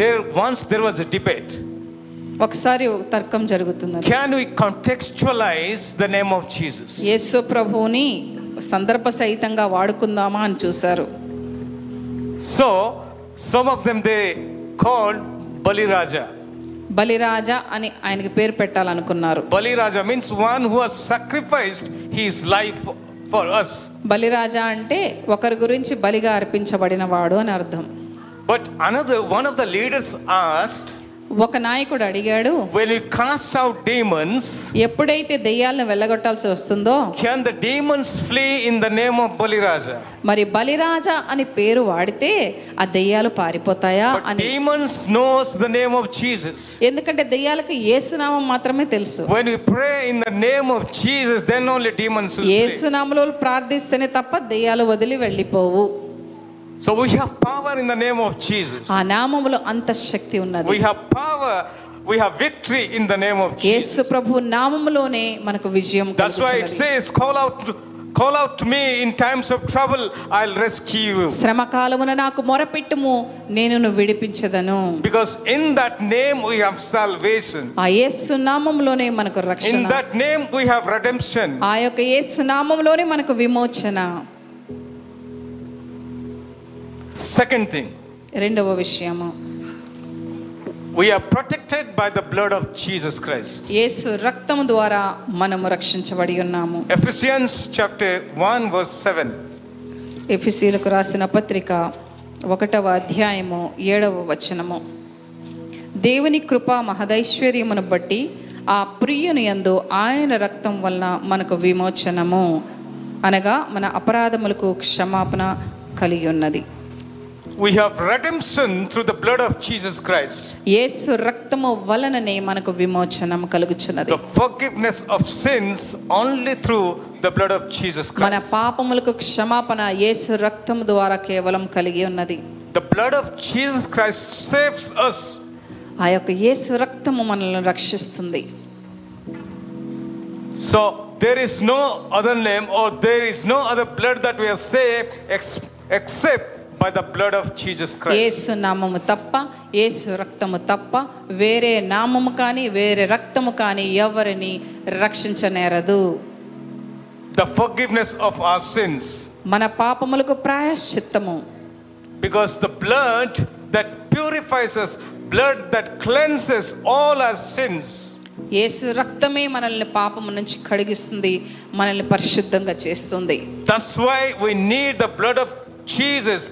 Speaker 1: There once there was a debate.
Speaker 2: ఒకసారి ఒక తర్కం జరుగుతున్నది
Speaker 1: Can we contextualize the name of Jesus?
Speaker 2: యేసు ప్రభువుని సందర్భ సహితంగా వాడుకుందామా అని చూశారు
Speaker 1: So some of them they called Bali Raja.
Speaker 2: Baliraja అని ఆయనకి పేరు పెట్టాలనుకున్నారు
Speaker 1: Bali Raja means one who has sacrificed his life for us.
Speaker 2: Baliraja అంటే ఒకరి గురించి బలిగా అర్పించబడిన వాడు అని అర్థం
Speaker 1: But another one of the leaders asked,
Speaker 2: ఒక నాయకుడు అడిగాడు
Speaker 1: when you cast out demons,
Speaker 2: ఎప్పుడైతే దెయ్యాలను వెళ్ళగొట్టాల్సి వస్తుందో
Speaker 1: can the demons flee in the name of Bali Raja?
Speaker 2: మరి బలిరాజా అని పేరు వాడితే ఆ దెయ్యాలు పారిపోతాయా
Speaker 1: But
Speaker 2: అని
Speaker 1: demons knows the name of Jesus.
Speaker 2: ఎందుకంటే దెయ్యాలకు ఏసునామం మాత్రమే తెలుసు
Speaker 1: When we pray in the name of Jesus, then only demons will flee.
Speaker 2: ఏసునామలో ప్రార్థిస్తేనే తప్ప దెయ్యాలు వదిలి వెళ్ళిపోవు
Speaker 1: So we have power in the name of Jesus.
Speaker 2: ఆ నామములో అంత శక్తి ఉన్నది
Speaker 1: We have power, we have victory in the name of Jesus.
Speaker 2: యేసు ప్రభు నామములోనే మనకు విజయం
Speaker 1: That's why it
Speaker 2: కలుగుచున్నది.
Speaker 1: says, call out, to- call out to me in times of trouble, I'll rescue you.
Speaker 2: శ్రమకాలమున నాకు మొరపెట్టుము నేను నిన్ను విడిపించదను
Speaker 1: Because in that name we have salvation.
Speaker 2: ఆ యేసు నామములోనే మనకు
Speaker 1: In
Speaker 2: రక్షణ
Speaker 1: that name we have redemption.
Speaker 2: ఆ యొక్క యేసు నామములోనే మనకు విమోచన
Speaker 1: Second thing,
Speaker 2: రెండవ విషయము
Speaker 1: we are protected by the blood of Jesus Christ.
Speaker 2: యేసు రక్తము ద్వారా మనము రక్షించబడి ఉన్నాము
Speaker 1: Ephesians chapter 1 verse 7.
Speaker 2: ఎఫిసీలకు రాసిన పత్రిక ఒకటవ అధ్యాయము ఏడవ వచనము దేవుని కృప మహదైశ్వర్యమును బట్టి ఆ ప్రియుని యందు ఆయన రక్తం వలన మనకు విమోచనము అనగా మన అపరాధములకు క్షమాపణ కలిగి ఉన్నది
Speaker 1: We have redemption through the blood of Jesus Christ.
Speaker 2: యేసు రక్తము వలననే మనకు విమోచనం కలుగుచున్నది
Speaker 1: The forgiveness of sins only through the blood of Jesus
Speaker 2: మన
Speaker 1: Christ.
Speaker 2: పాపములకు క్షమాపణ యేసు రక్తము ద్వారా కేవలం కలిగి ఉన్నది
Speaker 1: The blood of Jesus Christ saves us.
Speaker 2: ఆ యొక్క యేసు రక్తము మనల్ని రక్షిస్తుంది
Speaker 1: So there is no other name or there is no other blood that we are saved ex- except by the blood of Jesus Christ.
Speaker 2: యేసు నామము తప్ప యేసు రక్తము తప్ప వేరే నామము కానీ వేరే రక్తము కానీ ఎవరిని రక్షించనేరదు
Speaker 1: The forgiveness of our sins.
Speaker 2: మన పాపములకు ప్రాయశ్చిత్తము
Speaker 1: Because the blood that purifies us, blood that cleanses all our sins.
Speaker 2: యేసు రక్తమే మనల్ని పాపము నుంచి కడిగిస్తుంది మనల్ని పరిశుద్ధంగా చేస్తుంది
Speaker 1: That's why we need the blood of Jesus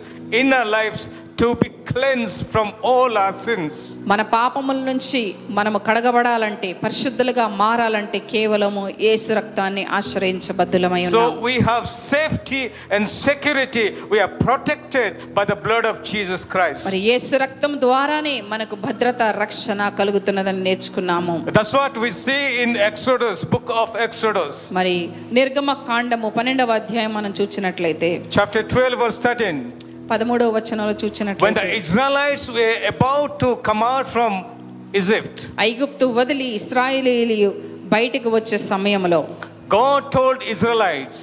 Speaker 1: in our lives to be cleansed from all our sins.
Speaker 2: మన పాపముల నుంచి మనము కడగబడాలంటే పరిశుద్ధులుగా మారాలంటే కేవలము యేసు రక్తాన్ని ఆశ్రయించబద్ధులమై ఉన్నాం
Speaker 1: So we have safety and security. We are protected by the blood of Jesus Christ.
Speaker 2: మరి యేసు రక్తం ద్వారానే మనకు భద్రత రక్షణ కలుగుతున్నదని నేర్చుకున్నాము
Speaker 1: That's what we see in Exodus, book of Exodus,
Speaker 2: మరి నిర్గమ కాండము పన్నెండవ అధ్యాయం మనం చూచినట్లయితే
Speaker 1: chapter 12, verse 13.
Speaker 2: పదమూడవ వచనంలో
Speaker 1: When the
Speaker 2: చూచినట్లయితే
Speaker 1: Israelites were about to come out from Egypt,
Speaker 2: ఐగుప్తు వదిలి ఇస్రాయేలీలు బయటికి వచ్చే సమయంలో
Speaker 1: God told Israelites,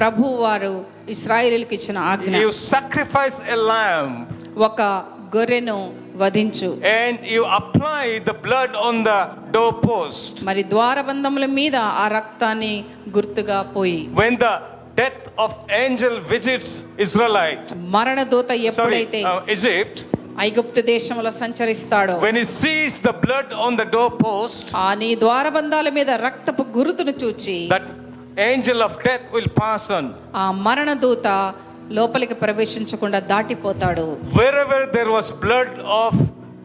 Speaker 2: ప్రభు వారు ఇస్రాయేలీలకు ఇచ్చిన ఆజ్ఞ
Speaker 1: You sacrifice a lamb
Speaker 2: ఒక గొర్రెను వధించు
Speaker 1: and you apply the blood on the doorpost.
Speaker 2: మరి ద్వారబంధముల మీద ఆ రక్తాన్ని గుర్తుగా పోయి
Speaker 1: When the death of angel visits Israelite,
Speaker 2: మరణ దూత
Speaker 1: sorry,
Speaker 2: ఎప్పుడైతే
Speaker 1: uh, Egypt,
Speaker 2: ఐగుప్తు దేశంలో సంచరిస్తాడో
Speaker 1: when he sees the blood on the doorpost,
Speaker 2: ఆ నీ ద్వారబంధాల మీద రక్తపు గురుతును చూచి
Speaker 1: that angel of death will pass on.
Speaker 2: ఆ మరణ దూత లోపలికి ప్రవేశించకుండా దాటిపోతాడు
Speaker 1: Wherever there was blood of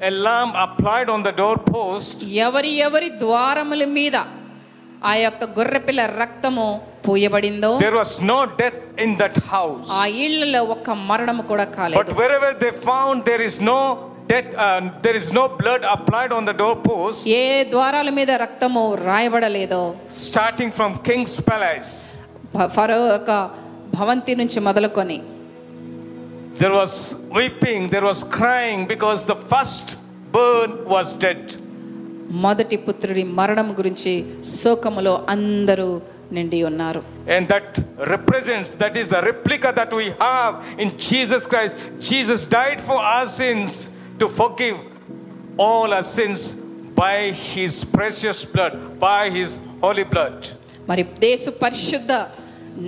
Speaker 1: a lamb applied on the doorpost,
Speaker 2: ఎవరి ఎవరి ద్వారముల మీద ఆ యొక్క గొర్రెపిల్ల రక్తము పూయబడిందో
Speaker 1: there was no death in that house.
Speaker 2: Ah, ఆ ఇళ్లలో ఒక్క మరణము కూడా
Speaker 1: But
Speaker 2: కాలేదు
Speaker 1: wherever they found there is no dead, uh, there is no blood applied on the doorpost,
Speaker 2: ఏ ద్వారాల మీద రక్తము రాయబడలేదో
Speaker 1: starting from king's palace.
Speaker 2: ఫ- ఫరో యొక్క భవంతి నుంచి మొదలుకొని
Speaker 1: There was weeping, there was crying because the first born was dead.
Speaker 2: మొదటి పుత్రుడి మరణం గురించి శోకములో అందరూ నిండి ఉన్నారు
Speaker 1: And that represents, that is the replica that we have in Jesus Christ. Jesus died for our sins to forgive all our sins by his precious blood, by his holy blood.
Speaker 2: మరి దేశ పరిశుద్ధ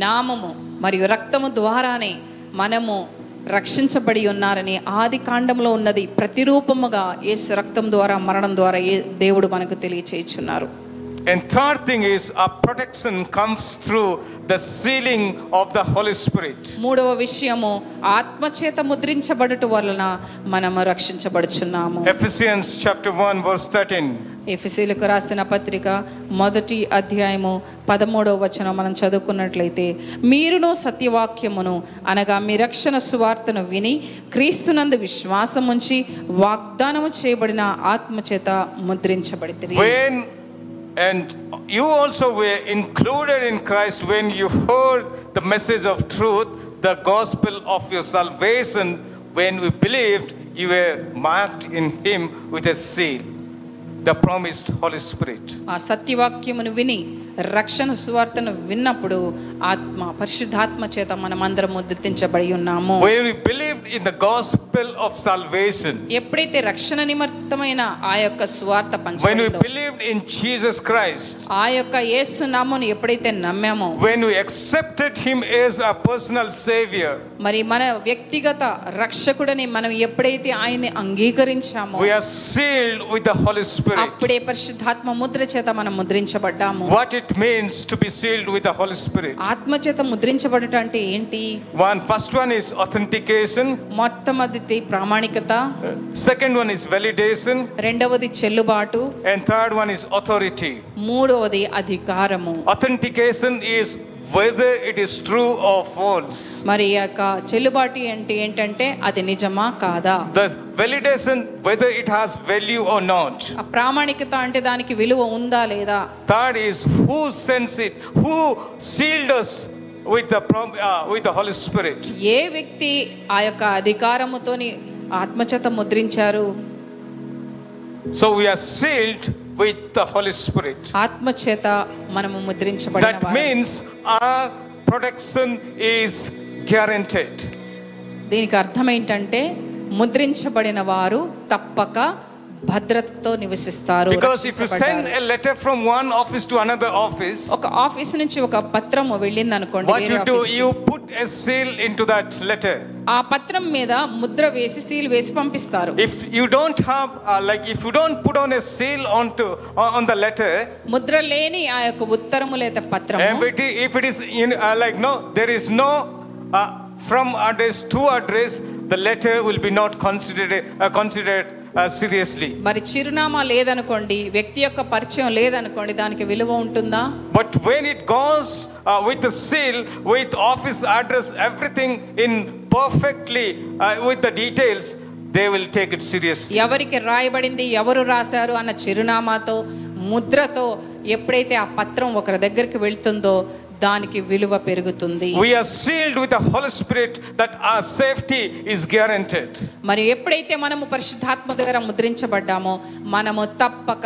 Speaker 2: నామము మరియు రక్తము ద్వారానే మనము రక్షించబడి ఉన్నారని ఆది కాండంలో ఉన్నది ప్రతిరూపముగా యేసు రక్తం ద్వారా మరణం ద్వారా ఏ దేవుడు మనకు తెలియచేయుచున్నారు
Speaker 1: And third thing is our protection comes through the sealing of the Holy Spirit.
Speaker 2: మూడవ విషయము ఆత్మచేత ముద్రించబడుట వలన మనము రక్షించబడుచున్నాము
Speaker 1: Ephesians chapter 1 verse 13.
Speaker 2: ఎఫ్ఎస్సీలకు రాసిన పత్రిక మొదటి అధ్యాయము పదమూడవ వచనం మనం చదువుకున్నట్లయితే మీరును సత్యవాక్యమును అనగా మీ రక్షణ సువార్తను విని క్రీస్తునందు విశ్వాసం ఉంచి వాగ్దానము చేయబడిన ఆత్మచేత ముద్రించబడితే
Speaker 1: When and you also were included in Christ when you heard the message of truth, the gospel of your salvation, when we believed, you were marked in him with a seal, the promised Holy Spirit.
Speaker 2: ఆ సత్యవాక్యమును విని రక్షణ సువార్తను విన్నప్పుడు ఆత్మ పరిశుద్ధాత్మ చేత మనం అందరం ముద్రించబడి ఉన్నాము
Speaker 1: When we believed in the gospel of salvation,
Speaker 2: ఎప్పుడైతే రక్షణ నిమిత్తమైన ఆ యొక్క సువార్త
Speaker 1: when we
Speaker 2: పంచబడిందో
Speaker 1: believed in Jesus Christ,
Speaker 2: ఆ యొక్క యేసు నామమును ఎప్పుడైతే నమ్మామో
Speaker 1: When we accepted him as our personal savior,
Speaker 2: మరి మన వ్యక్తిగత రక్షకుడని మనం ఎప్పుడైతే ఆయన్ని అంగీకరించామో
Speaker 1: we are sealed with the Holy Spirit.
Speaker 2: అప్పుడే పరిశుద్ధాత్మ ముద్ర చేత మనం ముద్రించబడ్డాము
Speaker 1: What it means to be sealed with the Holy Spirit.
Speaker 2: ఆత్మ చేత ముద్రించబడటం అంటే ఏంటి
Speaker 1: One first one is authentication,
Speaker 2: మొట్టమొదటి ప్రామాణికత
Speaker 1: second one is validation,
Speaker 2: రెండవది చెల్లుబాటు
Speaker 1: and third one is authority.
Speaker 2: మూడవది అధికారము
Speaker 1: Authentication is whether it is true or false.
Speaker 2: మరి ఈ యొక్క చెల్లుబాటు అంటే ఏంటంటే అది నిజమా కాదా
Speaker 1: The validation whether it has value or not.
Speaker 2: ఆ ప్రామాణికత అంటే దానికి విలువ ఉందా లేదా
Speaker 1: Third is who sends it, who sealed us with the prom- uh, with the Holy Spirit.
Speaker 2: ఏ వ్యక్తి ఆ యొక్క అధికారముతోని ఆత్మచేత ముద్రించారు
Speaker 1: So we are sealed with the Holy Spirit.
Speaker 2: ఆత్మచేత మనము ముద్రించబడిన
Speaker 1: That
Speaker 2: వారు.
Speaker 1: means our protection is guaranteed.
Speaker 2: దీనికి అర్థం ఏంటంటే ముద్రించబడిన వారు తప్పక భద్రతతో నివసిస్తారు
Speaker 1: Because if you send
Speaker 2: రక్షించబడ్డారు.
Speaker 1: a letter from one office to another office,
Speaker 2: ఒక ఆఫీస్ నుంచి ఒక పత్రం వెళ్ళింది అనుకోండి
Speaker 1: what
Speaker 2: వేరే
Speaker 1: you do,
Speaker 2: ఆఫీస్కి.
Speaker 1: you put a seal into that letter.
Speaker 2: ఆ పత్రం మీద ముద్ర వేసి సీల్ వేసి పంపిస్తారు
Speaker 1: If you don't have, uh, like, if you don't put on a seal onto on on the letter,
Speaker 2: Mudra లేని ఆ యొక్క ఉత్తరము లేదా పత్రం
Speaker 1: and it i- if it is in, uh, like, no, there is no uh, from address to address, the letter will be not considered uh, considered uh, seriously.
Speaker 2: మరి చిరునామా లేదనుకోండి వ్యక్తి యొక్క పరిచయం లేదనుకోండి దానికి విలువ ఉంటుందా
Speaker 1: But when it goes uh, with the seal, with office address, everything in perfectly uh, with the details, they will take it seriously.
Speaker 2: ఎవరికి రాయబడింది ఎవరు రాశారు అన్న చిరునామాతో ముద్రతో ఎప్పుడైతే ఆ పత్రం ఒకరి దగ్గరికి వెళ్తుందో దానికి విలువ పెరుగుతుంది
Speaker 1: We are sealed with the Holy Spirit that our safety is guaranteed.
Speaker 2: మరి ఎప్పుడైతే మనము పరిశుద్ధాత్మ ద్వారా ముద్రించబడ్డామో మనము తప్పక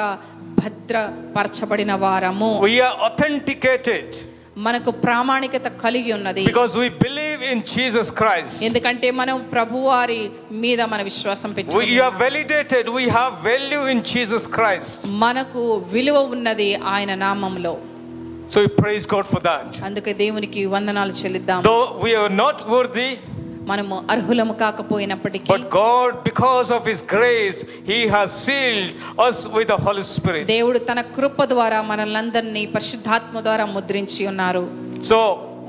Speaker 2: భద్రపరచబడిన వారము
Speaker 1: We are authenticated
Speaker 2: మనకు ప్రామాణికత కలిగి ఉన్నది
Speaker 1: because we believe in Jesus Christ.
Speaker 2: ఎందుకంటే మనం ప్రభువారి మీద మన విశ్వాసం
Speaker 1: We are
Speaker 2: పెట్టుకున్నాం
Speaker 1: validated. We have value in Jesus Christ.
Speaker 2: మనకు విలువ ఉన్నది ఆయన నామంలో
Speaker 1: So we praise God for that.
Speaker 2: అందుకే దేవునికి వందనాలు చెల్లిద్దాం
Speaker 1: Though we are not worthy,
Speaker 2: మనము అర్హులము కాకపోయినప్పటికీ
Speaker 1: But God, because of His grace, He has sealed us with the Holy Spirit.
Speaker 2: దేవుడు తన కృప ద్వారా మనలందరినీ పరిశుద్ధాత్మ ద్వారా ముద్రించి ఉన్నారు
Speaker 1: So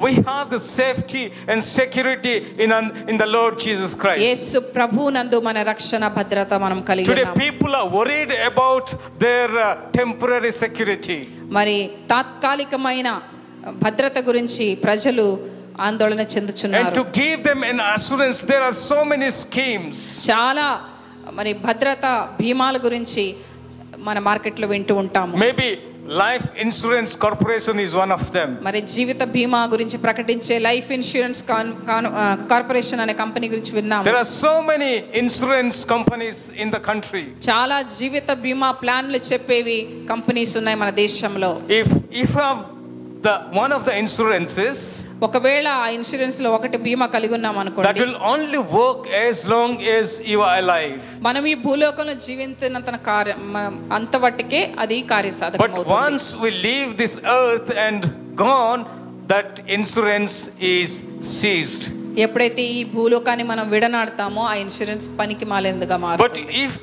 Speaker 1: we have the safety and security in, in the Lord Jesus Christ.
Speaker 2: యేసు ప్రభు నందు మన రక్షణ భద్రత మనం కలిగి
Speaker 1: Today,
Speaker 2: ఉన్నాము.
Speaker 1: people are worried about their uh, temporary security.
Speaker 2: మరి తాత్కాలికమైన భద్రత గురించి ప్రజలు ఆందోళన
Speaker 1: And
Speaker 2: చెందుచున్నారు
Speaker 1: to give them an assurance, there are so many schemes.
Speaker 2: చాలా మరి భద్రత భీమాల గురించి మన మార్కెట్లో వింటూ ఉంటాము
Speaker 1: Maybe Life Insurance Corporation is one of them.
Speaker 2: మరి జీవిత బీమా గురించి ప్రకటించే లైఫ్ ఇన్సూరెన్స్ కాన్- కాన్- ఆ, కార్పొరేషన్ అనే కంపెనీ గురించి విన్నాము
Speaker 1: There are so many insurance companies in the country.
Speaker 2: చాలా జీవిత బీమా ప్లాన్లు చెప్పేవి కంపెనీస్ ఉన్నాయి మన దేశంలో
Speaker 1: If if you have the one of the insurances
Speaker 2: ఒకవేళ ఆ ఇన్సూరెన్స్ లో ఒకటి బీమా కలిగి ఉన్నాం
Speaker 1: that
Speaker 2: అనుకోండి
Speaker 1: will only work as long as you are alive.
Speaker 2: మనం ఈ భూలోకంలో జీవించినంత కార్య మనం అంతవట్టుకే అది కార్యసాధకం
Speaker 1: But
Speaker 2: అవుతుంది.
Speaker 1: once we leave this earth and gone, that insurance is ceased.
Speaker 2: ఎప్పుడైతే ఈ భూలోకాన్ని మనం విడనాడతామో ఆ ఇన్సూరెన్స్ పనికి మాలేందుగా
Speaker 1: But
Speaker 2: మారుతుంది
Speaker 1: if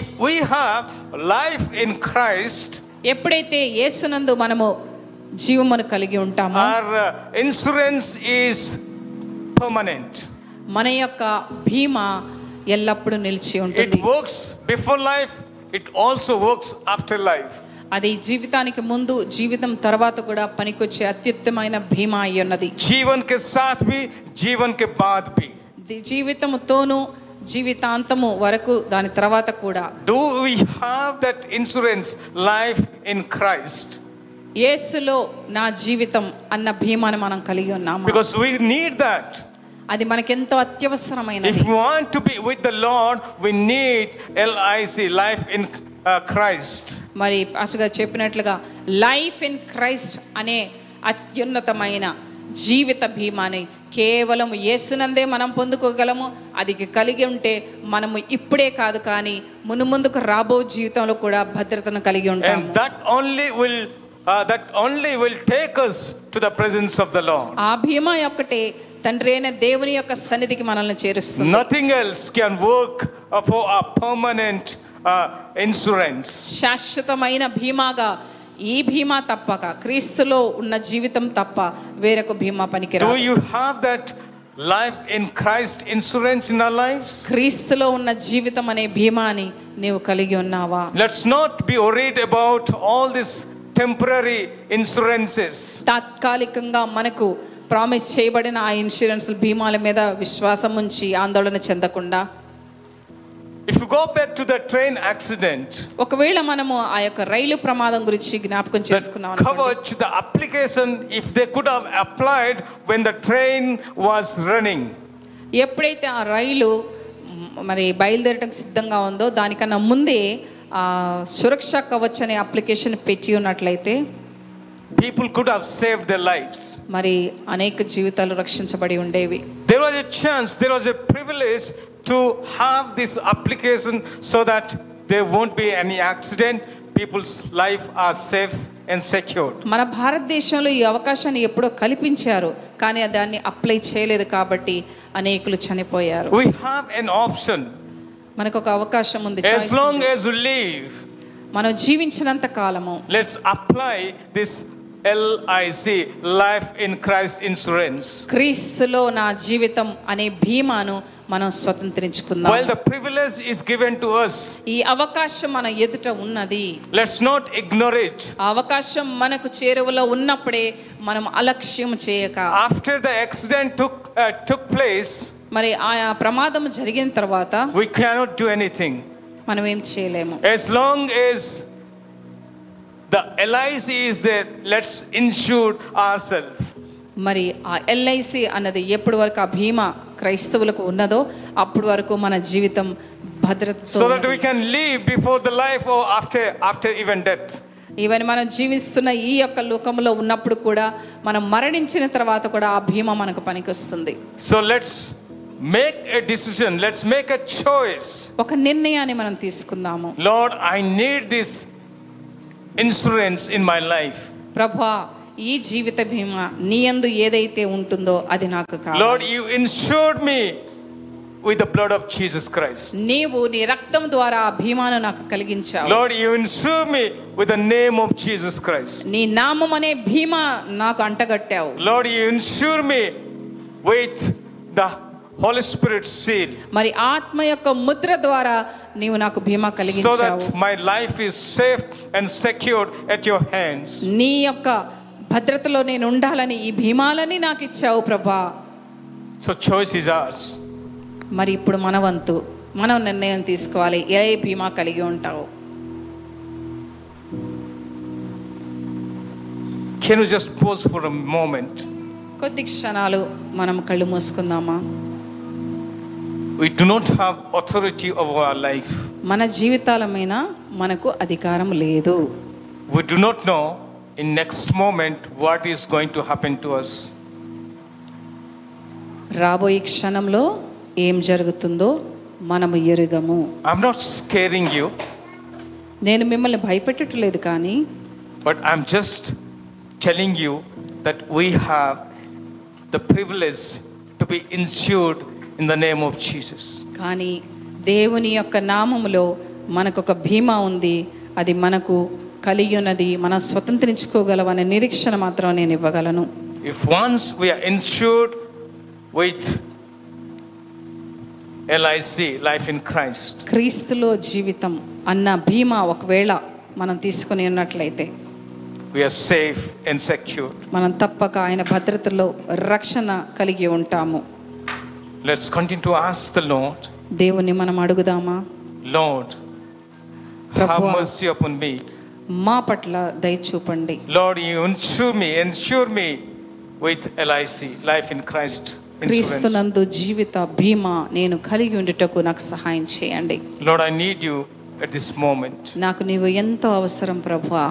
Speaker 1: if we have life in Christ,
Speaker 2: Hmm? ఎప్పుడైతే యేసునందు మనము జీవమును కలిగి ఉంటామో
Speaker 1: our uh, insurance is permanent.
Speaker 2: మన యొక్క భీమా ఎల్లప్పుడూ నిలిచి
Speaker 1: It
Speaker 2: ఉంటుంది
Speaker 1: works before life, it also works after life.
Speaker 2: అది జీవితానికి ముందు జీవితం తర్వాత కూడా పనికొచ్చే అత్యుత్తమైన భీమా అయి ఉన్నది
Speaker 1: जीवन के साथ भी जीवन के बाद भी
Speaker 2: ది- జీవితముతోనూ జీవితాంతము వరకు దాని తర్వాత కూడా
Speaker 1: do we have that insurance life in Christ
Speaker 2: యేసులో నా జీవితం అన్న భీమాను మనం కలిగి ఉన్నాము
Speaker 1: because we need that
Speaker 2: అది మనకెంతో అత్యవసరమైనది
Speaker 1: If you want to be with the Lord, we need LIC, life in uh, Christ.
Speaker 2: మరి పాస్టర్గా చెప్పినట్లుగా లైఫ్ ఇన్ క్రైస్ట్ అనే అత్యున్నతమైన జీవిత భీమాని కేవలం యేసునందే మనం పొందుకోగలము అది కలిగి ఉంటే మనము ఇప్పుడే కాదు కానీ మునుముందుకు రాబో జీవితంలో కూడా భద్రతను కలిగి ఉంటాము
Speaker 1: And that only will uh, that only will take us to the presence of the Lord.
Speaker 2: ఆ భీమా ఒక్కటే తండ్రి అయిన దేవుని యొక్క సన్నిధికి మనల్ని చేరుస్తుంది
Speaker 1: Nothing else can work uh, for our permanent uh, insurance.
Speaker 2: శాశ్వతమైన భీమాగా ఈ భీమా తప్పక క్రీస్తులో ఉన్న జీవితం తప్ప వేరొక భీమా పనికిరాదు
Speaker 1: Do you have that life in Christ insurance in our lives?
Speaker 2: క్రీస్తులో ఉన్న జీవితం అనే భీమాని నీవు కలిగి ఉన్నావా
Speaker 1: Let's not be worried about all these temporary insurances.
Speaker 2: తాత్కాలికంగా మనకు ప్రామిస్ చేయబడిన ఆ ఇన్సూరెన్స్ భీమాల మీద విశ్వాసం ఉంచి ఆందోళన చెందకుండా
Speaker 1: If you go back to the train accident,
Speaker 2: ఒకవేళ మనము ఆ యొక్క రైలు ప్రమాదం గురించి జ్ఞాపకం చేసుకున్నాం
Speaker 1: that
Speaker 2: అనుకోండి.
Speaker 1: coverage the application if they could have applied when the train was running
Speaker 2: ఎప్పుడైతే ఆ రైలు మ్, మరి బయలుదేరటం సిద్ధంగా ఉందో దానికన్నా ముందే ఆ సురక్ష కవచ్ అనే అప్లికేషన్ పెట్టి ఉన్నట్లయితే
Speaker 1: people could have saved their lives
Speaker 2: మరి అనేక జీవితాలు రక్షించబడి ఉండేవి
Speaker 1: there was a chance there was a privilege to have this application so that there won't be any accident people's life are safe and secured
Speaker 2: మన భారతదేశంలో ఈ అవకాశాన్ని ఎప్పుడో కల్పించారు కానీ దాన్ని అప్లై చేయలేదు కాబట్టి అనేకులు చనిపోయారు
Speaker 1: we have an option
Speaker 2: మనకు ఒక అవకాశం ఉంది
Speaker 1: as
Speaker 2: choice
Speaker 1: long
Speaker 2: ఉంది.
Speaker 1: as we live
Speaker 2: మనం జీవించినంత కాలము
Speaker 1: let's apply this lic life in christ insurance
Speaker 2: క్రీస్తులో నా జీవితం అనే భీమాను మనం
Speaker 1: while
Speaker 2: స్వతంత్రించుకుందాం
Speaker 1: the privilege is given to us
Speaker 2: ఈ అవకాశం మన ఎదుట ఉన్నది
Speaker 1: Let's not ignore it.
Speaker 2: ఆ అవకాశం మనకు చేరువలో ఉన్నప్పుడే మనం అలక్ష్యం చేయక
Speaker 1: After the accident took, uh, took place,
Speaker 2: మరి ఆ ప్రమాదం జరిగిన తర్వాత
Speaker 1: we cannot do anything.
Speaker 2: మనం ఏం చేయలేము
Speaker 1: As long as the LIC is there, let's insure ourselves.
Speaker 2: మరి ఆ ఎల్ఐసి అన్నది ఎప్పటి వరకు ఆ బీమా క్రైస్తవులకు ఉన్నదో అప్పటి వరకు మన జీవితం భద్రతతో
Speaker 1: So that
Speaker 2: ఉన్నది.
Speaker 1: we can live before the life or after, after even death.
Speaker 2: Even మనం జీవిస్తున్న ఈ యొక్క లోకంలో ఉన్నప్పుడు కూడా మనం మరణించిన తర్వాత కూడా ఆ భీమా మనకు పనికొస్తుంది
Speaker 1: So let's make a decision. Let's make a choice.
Speaker 2: ఒక నిర్ణయాన్ని మనం తీసుకుందాము
Speaker 1: Lord, I need this insurance in my life.
Speaker 2: ప్రభా ఈ జీవిత భీమా నీ యందు ఏదైతే ఉంటుందో అది నాకు కావాలి
Speaker 1: Lord, you insured me with the blood of Jesus Christ.
Speaker 2: నీవు నీ రక్తం ద్వారా ఆ భీమాను నాకు కలిగించావు
Speaker 1: Lord, you insure me with the name of Jesus Christ.
Speaker 2: నీ నామం అనే భీమా నాకు అంటగట్టావు
Speaker 1: Lord, you insure me with the Holy Spirit seal
Speaker 2: మరి ఆత్మ యొక్క ముద్ర ద్వారా నీవు నాకు బీమా
Speaker 1: so
Speaker 2: కలిగించావు
Speaker 1: that my life is safe and secured at your hands.
Speaker 2: నీ యొక్క భద్రతలో నేను ఉండాలని ఈ భీమాలని నాకు ఇచ్చావు ప్రభా
Speaker 1: So, choice is ours.
Speaker 2: మరి ఇప్పుడు మన వంతు మనం నిర్ణయం తీసుకోవాలి ఏ బీమా కలిగి ఉంటావు
Speaker 1: Can you just pause for a moment?
Speaker 2: కొద్ది క్షణాలు మనం కళ్ళు మూసుకుందామా
Speaker 1: We do not have authority over our life.
Speaker 2: మన జీవితాల మీద మనకు అధికారం లేదు
Speaker 1: We do not know in next moment what is going to happen to us.
Speaker 2: రాబోయే క్షణంలో ఏం జరుగుతుందో మనము ఎరుగము
Speaker 1: I'm not scaring you,
Speaker 2: నేను మిమ్మల్ని భయపెట్టట్లేదు కానీ
Speaker 1: but I'm just telling you that we have the privilege to be insured in the name of Jesus.
Speaker 2: కానీ దేవుని యొక్క నామములో మనకు ఒక భీమా ఉంది అది మనకు కలిగి ఉన్నది మనం స్వతంత్రించుకోగలమనే నిరీక్షణ మాత్రం నేను ఇవ్వగలను
Speaker 1: If once we are insured with LIC, life in Christ,
Speaker 2: క్రీస్తులో జీవితం అన్న భీమా ఒకవేళ మనం తీసుకుని ఉన్నట్లయితే
Speaker 1: we are safe and secure.
Speaker 2: మనం తప్పక ఆయన భద్రతలో రక్షణ కలిగి ఉంటాము
Speaker 1: Let's continue to ask the Lord,
Speaker 2: దేవుని మనం అడుగుదామా
Speaker 1: Lord, have
Speaker 2: ప్రభువా,
Speaker 1: mercy upon me.
Speaker 2: మా పట్ల దయ చూపండి
Speaker 1: Lord, you insure me, insure me with LIC, life in Christ insurance.
Speaker 2: క్రీస్తునందు జీవిత బీమా నేను కలిగి ఉండుటకు నాకు సహాయం చేయండి
Speaker 1: Lord, I need you at this moment.
Speaker 2: నాకు నీవు ఎంతో అవసరం ప్రభువా